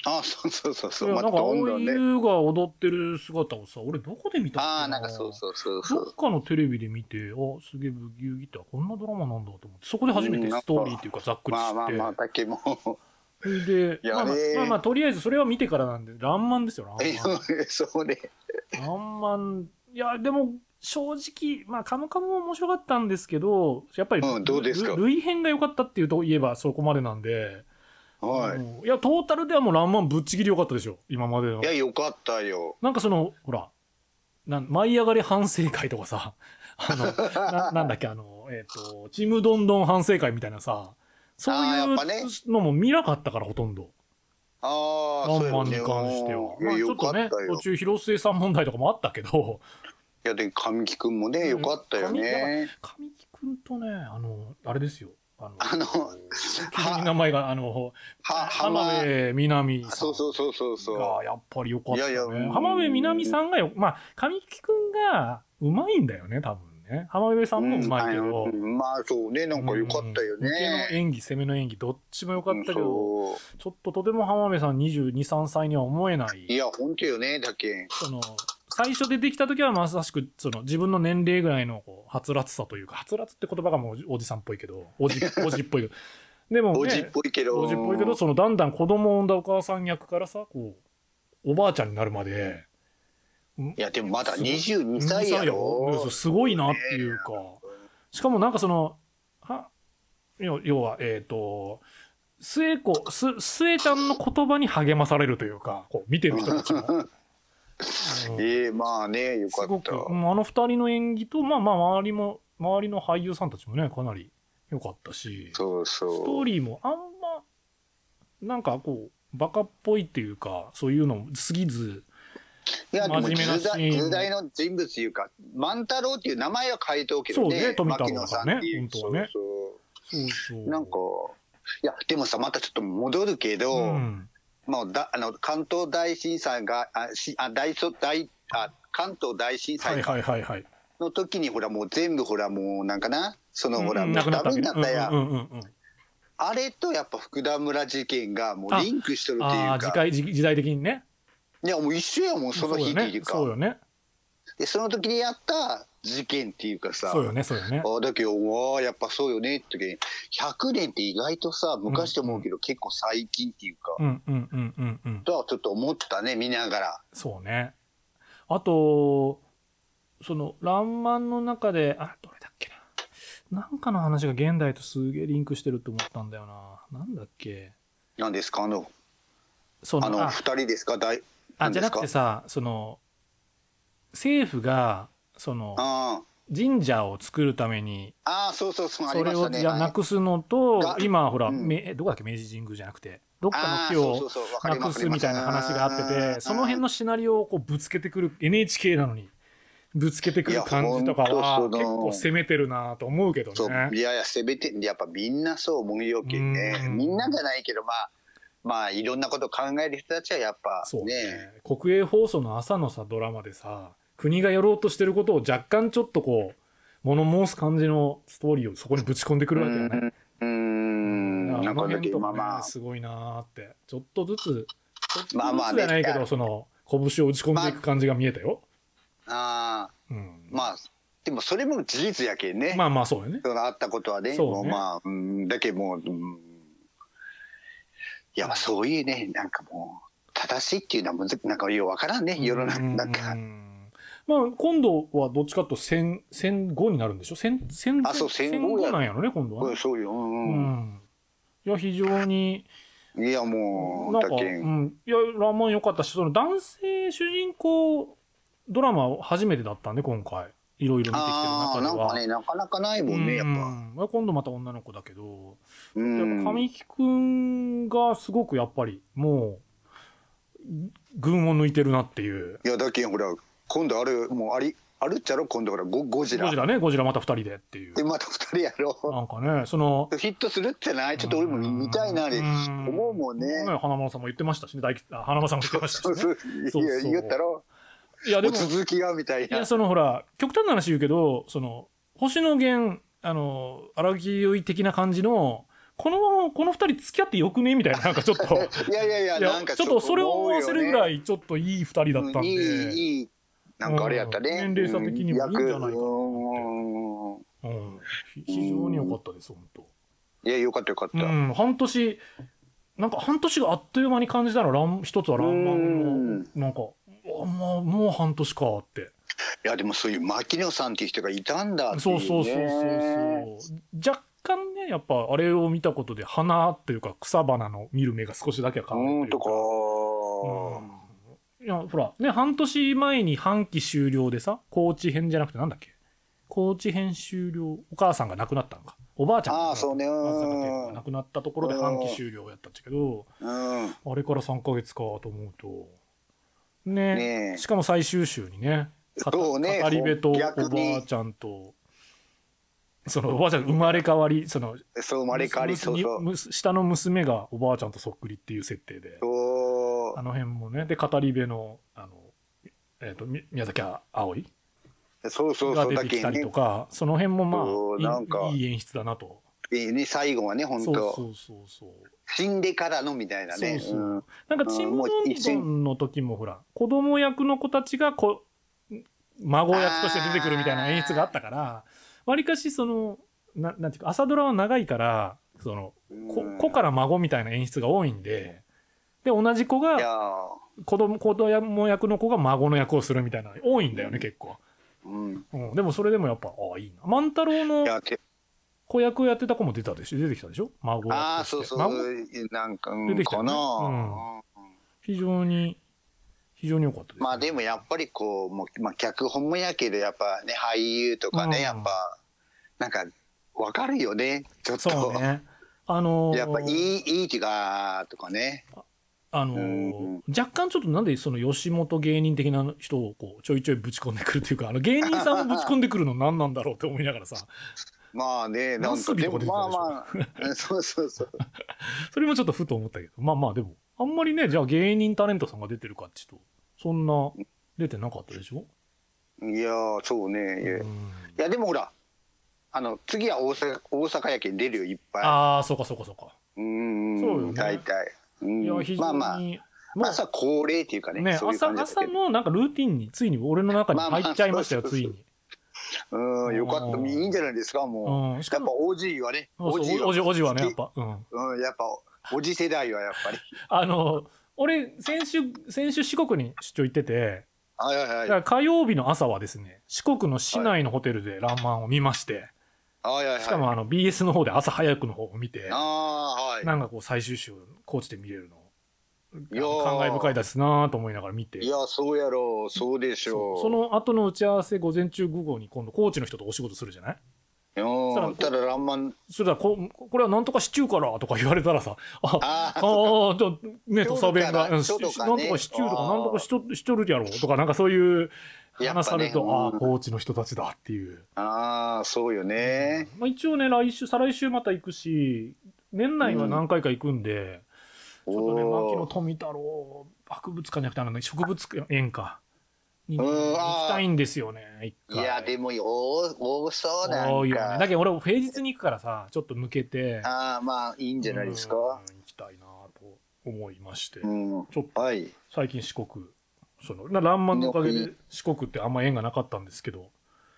Speaker 7: あそうそうそうそう
Speaker 6: い
Speaker 7: ま
Speaker 6: や
Speaker 7: あ
Speaker 6: なんか
Speaker 7: どん
Speaker 6: 青
Speaker 7: ど
Speaker 6: い
Speaker 7: んね
Speaker 6: 優が踊ってる姿をさ、俺どこで見たっけ
Speaker 7: ああなんかそうそうそうそ
Speaker 6: ど
Speaker 7: う
Speaker 6: っかのテレビで見て、あ、すげえブギウギってこんなドラマなんだと思って、そこで初め
Speaker 7: う
Speaker 6: て
Speaker 7: んなんか
Speaker 6: ストーリーっていうかざっくり知っ
Speaker 7: ま
Speaker 6: て。
Speaker 7: あまあまあだけもう
Speaker 6: それで、
Speaker 7: いや
Speaker 6: まあまあ
Speaker 7: ね、
Speaker 6: まあまあとりあえずそれは見てからなんで、らんまんですよ、らんま
Speaker 7: え
Speaker 6: ん。
Speaker 7: そうね
Speaker 6: らんまん。いや、でも、正直、まあ、カムカムも面白かったんですけど、やっぱり、
Speaker 7: うんどうですか
Speaker 6: る類編が良かったっていうといえばそこまでなんで、
Speaker 7: はい、
Speaker 6: い、いや、トータルではもうらんまんぶっちぎり良かったでしょ、今までの
Speaker 7: い。やよかったよ
Speaker 6: なんかその、ほら、なん舞い上がり反省会とかさ、 あの、 ななんだっけ、あの、えっ、と、ちむどんどん反省会みたいなさ、そう
Speaker 7: あー
Speaker 6: い
Speaker 7: やっぱね
Speaker 6: うのも見なかったから、ほとんど。
Speaker 7: ああ
Speaker 6: ラ
Speaker 7: そう
Speaker 6: ン
Speaker 7: や
Speaker 6: マ
Speaker 7: ろ
Speaker 6: ンに
Speaker 7: ね
Speaker 6: 関しては。まあ、
Speaker 7: いや
Speaker 6: ちょ
Speaker 7: よか
Speaker 6: っと
Speaker 7: ったよ
Speaker 6: ね、途中、広末さん問題とかもあったけど、
Speaker 7: いやで神木君もねよかったよね
Speaker 6: 神木くんとね、あの、あれですよ。あの、
Speaker 7: あの
Speaker 6: 急に名前が、あの、
Speaker 7: は
Speaker 6: 浜
Speaker 7: 浜
Speaker 6: 辺美波さん。
Speaker 7: そうそうそうそうそ
Speaker 6: がやっぱり良かった、ね、
Speaker 7: いやいやうん
Speaker 6: 浜辺美波さんがよまあ神木くんがうまいんだよね多分ね浜辺さ
Speaker 7: うん
Speaker 6: もうまいけ
Speaker 7: う
Speaker 6: ど、
Speaker 7: んうんまあそうねなんかよかったよ
Speaker 6: うん受けの
Speaker 7: ね
Speaker 6: 演技攻めの演技どっちも良かったけ
Speaker 7: うんそう
Speaker 6: ど、ちょっととても浜辺さん223歳には思えない
Speaker 7: いや本当よねだけ
Speaker 6: その最初出てきた時はまさしくその自分の年齢ぐらいのこうはつらつさというかはつらつって言葉がもうおじさんっぽいけどお じおじっぽいけどでもね
Speaker 7: おじっぽいけど
Speaker 6: おじっぽいけどそのだんだん子供を産んだお母さん役からさこうおばあちゃんになるまで
Speaker 7: いやでもまだ22歳や
Speaker 6: うんそ
Speaker 7: ろ
Speaker 6: うすごいなっていうか、しかもなんかそのは要要はえっ、と末子す末ちゃんの言葉に励まされるというかこう見てる人た ちも。うん
Speaker 7: ええまあねよか
Speaker 6: すご
Speaker 7: った
Speaker 6: く、うんあの二人の演技と、まあまあ、周りも、周りの俳優さんたちもね、かなり良かったし、ス
Speaker 7: そうそ
Speaker 6: ト
Speaker 7: う
Speaker 6: ーリーもあんま、なんかこう、バカっぽいっていうか、そういうのも過ぎず、
Speaker 7: いやでも
Speaker 6: 真面目な
Speaker 7: 図
Speaker 6: シー
Speaker 7: 題
Speaker 6: ン
Speaker 7: 図題の人物いうか万太郎っていう名前は変えておけ
Speaker 6: そ
Speaker 7: ど
Speaker 6: う
Speaker 7: ね
Speaker 6: ね富太郎
Speaker 7: さ
Speaker 6: だ
Speaker 7: ん
Speaker 6: ね
Speaker 7: っていう
Speaker 6: 本当はね
Speaker 7: そう
Speaker 6: そうそう。
Speaker 7: そうなんかいやでもさまたちょっと戻るけど、
Speaker 6: うん、
Speaker 7: もうだあの関東大震災があしあ大そ大あ関東大震
Speaker 6: は
Speaker 7: 災
Speaker 6: いはいはいはい。
Speaker 7: の時に、ほらもう全部ほらもうなんかなそのほら、
Speaker 6: うん
Speaker 7: も
Speaker 6: な
Speaker 7: う
Speaker 6: くなっ
Speaker 7: ダ
Speaker 6: た
Speaker 7: メ
Speaker 6: わけ
Speaker 7: に
Speaker 6: ね
Speaker 7: なったや、ん
Speaker 6: うんうんうんうん
Speaker 7: あれとやっぱ福田村事件がもうリンクしとるってい
Speaker 6: ああ
Speaker 7: う
Speaker 6: 時
Speaker 7: か
Speaker 6: 代時時代的にね
Speaker 7: いやもう一緒やもんその日っていうか
Speaker 6: そうよね
Speaker 7: でその時にやった事件っていうかさ
Speaker 6: そうよねそうよねそうよね
Speaker 7: あだけどうわーやっぱそうよねって時に100年って意外とさ昔と思うけど結構最近っていうか、
Speaker 6: うんうんうんうんうん
Speaker 7: とはちょっと思ったね見ながら
Speaker 6: そうねあとその「らんまん」の中であどれだっけななんかの話が現代とすげえリンクしてると思ったんだよななんだっけ
Speaker 7: 何ですかあの
Speaker 6: その
Speaker 7: あの
Speaker 6: あ
Speaker 7: 二人ですか大
Speaker 6: あ
Speaker 7: 何
Speaker 6: じ
Speaker 7: で
Speaker 6: ゃ
Speaker 7: す
Speaker 6: な
Speaker 7: か
Speaker 6: くてさその政府がその
Speaker 7: あー
Speaker 6: 神社を作るために
Speaker 7: あーそうそうそうありま
Speaker 6: それ
Speaker 7: した
Speaker 6: を
Speaker 7: ね
Speaker 6: じゃ
Speaker 7: はい
Speaker 6: なくすのと
Speaker 7: が
Speaker 6: 今ほら、
Speaker 7: うん
Speaker 6: めえどこだっけ明治神宮じゃなくてどっか
Speaker 7: あ
Speaker 6: の
Speaker 7: ー
Speaker 6: 木を
Speaker 7: そうそうそうわか
Speaker 6: な
Speaker 7: りま
Speaker 6: く
Speaker 7: す
Speaker 6: すみたいな話があっててその辺のシナリオをこうぶつけてくる NHK なのにぶつけてくる感じとか
Speaker 7: いや
Speaker 6: は
Speaker 7: ほんと
Speaker 6: 結
Speaker 7: その
Speaker 6: 構攻めてるなと思うけど
Speaker 7: そう
Speaker 6: ね。
Speaker 7: いやいやせめてやっぱみんなそう思うよけんね
Speaker 6: うん
Speaker 7: みんなじゃないけどまあまあいろんなこと考える人たちはやっぱ
Speaker 6: そう
Speaker 7: ね
Speaker 6: ね国営放送の朝のさドラマでさ国がやろうとしてることを若干ちょっとこう物申す感じのストーリーをそこにぶち込んでくるわけよね。
Speaker 7: うーんなんか
Speaker 6: こ
Speaker 7: だ
Speaker 6: の
Speaker 7: け
Speaker 6: 辺と
Speaker 7: まあ
Speaker 6: かね
Speaker 7: まあ
Speaker 6: すごいなーってちょっとずつちょっとずつ
Speaker 7: まあまあ
Speaker 6: じゃないけど
Speaker 7: ね
Speaker 6: その拳を打ち込んでいく感じが見えたよ、
Speaker 7: あ
Speaker 6: うん
Speaker 7: ーまあでもそれも事実やけんね
Speaker 6: まあまあそうよね
Speaker 7: そのあったことはね、
Speaker 6: そうね
Speaker 7: もうまあ、うん、だけどもう、うん、いや、まあ、そういうね、なんかもう、正しいっていうのはむず、なんかようわからんね、世の中、なん
Speaker 6: う
Speaker 7: か。
Speaker 6: んまあ今度はどっちかというと戦戦後になるんでしょ戦戦
Speaker 7: あそう戦後や
Speaker 6: なんやろね今度は
Speaker 7: う
Speaker 6: ね
Speaker 7: ん、そうよ、う、
Speaker 6: うん
Speaker 7: うん
Speaker 6: いや非常に
Speaker 7: ん、いや、も
Speaker 6: な
Speaker 7: う、
Speaker 6: んか、
Speaker 7: だ
Speaker 6: う
Speaker 7: けん、
Speaker 6: ん、いやラーマン良かったしその男性主人公ドラマを初めてだったんで今回いろいろ見てきてる
Speaker 7: ああ
Speaker 6: 中で
Speaker 7: なんか
Speaker 6: は。
Speaker 7: ねなかなかないもんねやっぱ
Speaker 6: うん今度また女の子だけど、
Speaker 7: う
Speaker 6: やっ
Speaker 7: ん
Speaker 6: ぱ神木くんがすごくやっぱりもう群を抜いてるなっていう
Speaker 7: いやだけんほら今度あるもうありあるっちゃろ今度ほらゴゴジラ
Speaker 6: ゴジラねゴジラまた2人でっていう
Speaker 7: でまた二人やろ
Speaker 6: なんかねその
Speaker 7: うヒットするってないちょっと俺も見見たいなあれ
Speaker 6: ん
Speaker 7: 思うもんね
Speaker 6: ね花丸さんも言ってましたしね大吉あ花丸さんも言ってましたし
Speaker 7: そう
Speaker 6: ね
Speaker 7: そう
Speaker 6: そう
Speaker 7: い
Speaker 6: そう
Speaker 7: や言ったろ
Speaker 6: いやで
Speaker 7: もう
Speaker 6: も
Speaker 7: 続きがみたい
Speaker 6: い
Speaker 7: な
Speaker 6: やそのほら極端な話言うけどその星野源あの荒木結衣的な感じのこのままこの2人付き合ってよくねみたいななんかちょ っと
Speaker 7: いやいやいや
Speaker 6: いや
Speaker 7: なんか
Speaker 6: ちょっとそれを思わせるぐら
Speaker 7: い
Speaker 6: いちょっといい2人だったんで、
Speaker 7: いいいいなんかあれやったね
Speaker 6: うん年齢差的にもいいんじゃないかなって
Speaker 7: うんうん
Speaker 6: うん、ひ非常に良かったです本当、
Speaker 7: いやよかったよかっ
Speaker 6: う
Speaker 7: た
Speaker 6: ん、半年なんか半年があっという間に感じたのらん一つは「らんまん」のなんかあまあもう半年かって
Speaker 7: いやでもそういう牧野さんっていう人がいたんだってい、
Speaker 6: そうう
Speaker 7: ね、
Speaker 6: そうそうそうそう若干ねやっぱあれを見たことで花というか草花の見る目が少しだけは変わ
Speaker 7: う
Speaker 6: る
Speaker 7: んと
Speaker 6: という
Speaker 7: か
Speaker 6: かうんいやほらね半年前に半期終了でさ高知編じゃなくてなんだっけ高知編終了お母さんが亡くなったのかおばあちゃんが
Speaker 7: ああそうねうん
Speaker 6: 松坂慶子が亡くなったところで半期終了やったんだけど
Speaker 7: うん
Speaker 6: あれから3ヶ月かと思うとね
Speaker 7: ねえ
Speaker 6: しかも最終週にねかた
Speaker 7: そうね
Speaker 6: 語り部とおば
Speaker 7: 逆に
Speaker 6: あちゃんとそのおばあちゃん生まれ変わりその
Speaker 7: そう生まれ変わりそうそう
Speaker 6: むす下の娘がおばあちゃんとそっくりっていう設定で
Speaker 7: そう
Speaker 6: あの辺もねで語り部のあの、えー、とみ宮崎葵
Speaker 7: そうそう
Speaker 6: が
Speaker 7: そう
Speaker 6: 出
Speaker 7: だ
Speaker 6: てき
Speaker 7: け
Speaker 6: た
Speaker 7: に
Speaker 6: りと
Speaker 7: ね
Speaker 6: かその辺も
Speaker 7: そう
Speaker 6: ま
Speaker 7: なん
Speaker 6: あ
Speaker 7: か
Speaker 6: いいいい演出だなと
Speaker 7: いいね最後はね本
Speaker 6: そう
Speaker 7: 当
Speaker 6: そうそうそう
Speaker 7: 死んでからのみたいなね
Speaker 6: そうそう
Speaker 7: うん
Speaker 6: なんかちむどんどんの時もほら子供役の子たちがこ孫役として出てくるみたいな演出があったからわりかしそのななんていうか朝ドラは長いからその子
Speaker 7: うん
Speaker 6: 子から孫みたいな演出が多いんでで同じ子
Speaker 7: いや
Speaker 6: が
Speaker 7: ー
Speaker 6: 子供子供役の子が孫の役をするみたいなの多いんだよね結構、
Speaker 7: うん
Speaker 6: うん、でもそれでもやっぱああいいな万太郎
Speaker 7: い
Speaker 6: の
Speaker 7: やて
Speaker 6: 子役をやってた子も出たでしょ出てきたでしょ孫役として
Speaker 7: ああそうそ
Speaker 6: 孫
Speaker 7: うなんか、う
Speaker 6: 出
Speaker 7: ん、
Speaker 6: てきた
Speaker 7: か
Speaker 6: よね
Speaker 7: な、
Speaker 6: 非常に非常に良かったですね、
Speaker 7: まあでもやっぱりこうもう、まあ、脚本もやけどやっぱね俳優とかね、
Speaker 6: うん
Speaker 7: やっぱなんかわかるよねちょっと
Speaker 6: そうね。あのー
Speaker 7: やっぱいいいい気がとかね
Speaker 6: あのー
Speaker 7: うん
Speaker 6: 若干ちょっとなんでその吉本芸人的な人をこうちょいちょいぶち込んでくるというか、あの芸人さんをぶち込んでくるの何なんだろうって思いなが らさ、
Speaker 7: まあねな
Speaker 6: ナ
Speaker 7: ん
Speaker 6: ス
Speaker 7: か
Speaker 6: ビ
Speaker 7: でも
Speaker 6: とか出てた
Speaker 7: ま
Speaker 6: でしょ
Speaker 7: あま あそうそうそう
Speaker 6: それもちょっとふと思ったけど、まあまあでも、あんまりね、じゃあ芸人タレントさんが出てるかっていうと、そんな出てなかったでしょ
Speaker 7: いやーそうねいや,、
Speaker 6: う
Speaker 7: い
Speaker 6: ん
Speaker 7: やでもほらあの次は大阪大阪やけん出るよいっぱ
Speaker 6: ああ、そうかそうかそうか。
Speaker 7: いうん
Speaker 6: そうよね
Speaker 7: 大体うん
Speaker 6: いや、非
Speaker 7: ま
Speaker 6: 常
Speaker 7: あ
Speaker 6: に、
Speaker 7: まあ
Speaker 6: もう
Speaker 7: 朝恒例っていうかね
Speaker 6: ね、
Speaker 7: そういう
Speaker 6: 朝
Speaker 7: 感じだった
Speaker 6: 朝
Speaker 7: けど
Speaker 6: のなんかルーティンについに俺の中に入っちゃいましたよ、
Speaker 7: まあまあ
Speaker 6: ついに。
Speaker 7: うんよかっ
Speaker 6: うん
Speaker 7: たいいんじゃないですかもう、
Speaker 6: うん、し
Speaker 7: や
Speaker 6: か
Speaker 7: っぱ
Speaker 6: も、
Speaker 7: OG はね、
Speaker 6: そうそうおじおじはね、やっ。ぱ。うん
Speaker 7: うん、やっぱ、おじ世代はやっぱり。
Speaker 6: あの俺先週先週四国に出張行ってて
Speaker 7: はいは
Speaker 6: だ
Speaker 7: い
Speaker 6: か
Speaker 7: はい。
Speaker 6: ら火曜日の朝はですね四国の市内のホテルで「らんまん」を見まして
Speaker 7: はいはいはい。
Speaker 6: しかもあの BS の方で朝早くの方を見て
Speaker 7: ああー、
Speaker 6: な
Speaker 7: は
Speaker 6: んかこう最終週高知で見れるの
Speaker 7: い。いやー
Speaker 6: 感慨深いですなーと思いながら見て
Speaker 7: いや、そうやろう、そうでしょ。
Speaker 6: そううその後の打ち合わせ午前中午後に今度高知の人とお仕事するじゃないしたら
Speaker 7: うん、ただ、らんまん。
Speaker 6: それだここれはなんとかシチューからとか言われたらさあ
Speaker 7: あ
Speaker 6: あ
Speaker 7: あ、
Speaker 6: ーとね、土佐弁が、
Speaker 7: 今
Speaker 6: うんなん
Speaker 7: 日
Speaker 6: と
Speaker 7: とか
Speaker 6: か
Speaker 7: ね
Speaker 6: シチューとか、
Speaker 7: あー
Speaker 6: なんとかしとしとるやろとか、なんかそうい
Speaker 7: やっ
Speaker 6: う
Speaker 7: ぱね
Speaker 6: 話されると、
Speaker 7: うん
Speaker 6: ああ、高知の人たちだっていう。
Speaker 7: ああ、そうよね。
Speaker 6: まあ、一応ね、来週、再来週また行くし、年内は何回か行くんで、ちょっとね、
Speaker 7: お
Speaker 6: 牧
Speaker 7: ー
Speaker 6: 野富太郎博物館じゃなくて、あのね、植物園か。にね
Speaker 7: うん
Speaker 6: 行
Speaker 7: あー
Speaker 6: きたいんですよね、一
Speaker 7: い
Speaker 6: 回。
Speaker 7: や、でも、多多そうなん
Speaker 6: 多いよね。
Speaker 7: か。
Speaker 6: だけど俺、平日に行くからさ、ちょっと抜けて。
Speaker 7: ああ、まあ、いいんじゃないですか。
Speaker 6: うん行きたいなと思いまして。
Speaker 7: うん。
Speaker 6: ちょっと
Speaker 7: はい。
Speaker 6: 最近四国そのな「らんまん」のおかげで四国ってあんま縁がなかったんですけど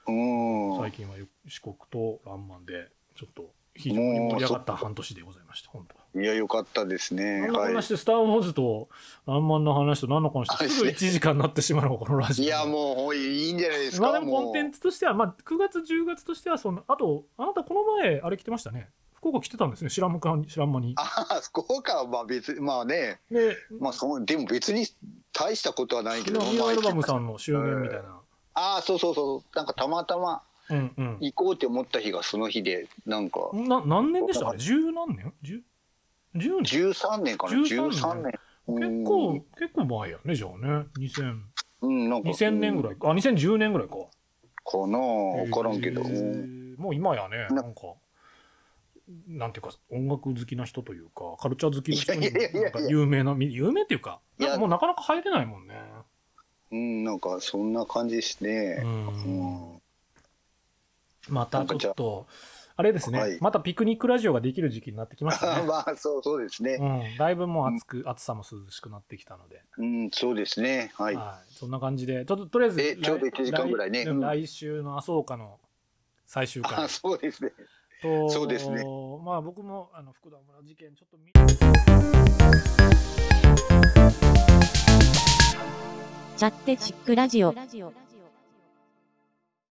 Speaker 7: うん。
Speaker 6: 最近はよ四国と「らんまん」でちょっと非常に盛り上がった半年でございました本当
Speaker 7: いや、よかったです
Speaker 6: こ
Speaker 7: ね。
Speaker 6: んな
Speaker 7: はい
Speaker 6: 話。で「スター・ウォーズ」と「らんまん」の話と何の話とすぐ1時間になってしまうのがこのラジオ
Speaker 7: いや、もう、いいんじゃないです
Speaker 6: ま
Speaker 7: か。
Speaker 6: あでもコンテンツとしては、まあ、9月10月としてはそのあとあなたこの前あれ来てましたね福岡来てたんですね知らんむか知らん間に
Speaker 7: あ あ、福岡はまあ別に、まあね、
Speaker 6: で
Speaker 7: まあそのでも別に大したことはないけど、
Speaker 6: の
Speaker 7: まあ
Speaker 6: ヒーローアルバムさんの周年みたいな
Speaker 7: ああそうそうそうなんかたまたま
Speaker 6: うんうん
Speaker 7: 行こうって思った日がその日でなんか
Speaker 6: な何年でしたあれ十何年十十年
Speaker 7: 13年かな
Speaker 6: 13
Speaker 7: 13年
Speaker 6: 結構結構前やねじゃあね2000
Speaker 7: うんなんか
Speaker 6: 2000年ぐらいかあ2010年ぐらいか
Speaker 7: かな分からんけど、
Speaker 6: えーもう今やね
Speaker 7: な
Speaker 6: なんかなんていうか音楽好きな人というかカルチャー好きな人に
Speaker 7: いやいやいやい
Speaker 6: もな
Speaker 7: や
Speaker 6: んか有名なみ有名っていうか
Speaker 7: いや
Speaker 6: なんかもうなかなか入れないもんね
Speaker 7: うんなんかそんな感じです
Speaker 6: う
Speaker 7: ね、
Speaker 6: ん
Speaker 7: うん
Speaker 6: またちょっとあれですね、
Speaker 7: はい
Speaker 6: またピクニックラジオができる時期になってきましたね
Speaker 7: ま あそうそうですね
Speaker 6: うん、だいぶもう暑く、暑さも涼しくなってきたので、
Speaker 7: うんそうですねは
Speaker 6: はいい、そんな感じで、ちょっととりあえず、
Speaker 7: え
Speaker 6: 来
Speaker 7: ちょうど1時間ぐらいね
Speaker 6: 来
Speaker 7: うん
Speaker 6: 来週の麻生岡の最終
Speaker 7: あ
Speaker 6: 回
Speaker 7: そうですね
Speaker 6: と、
Speaker 7: そうですね
Speaker 6: まあ僕もあの福田村事件ちょっと見
Speaker 5: チャッテチックラジオ。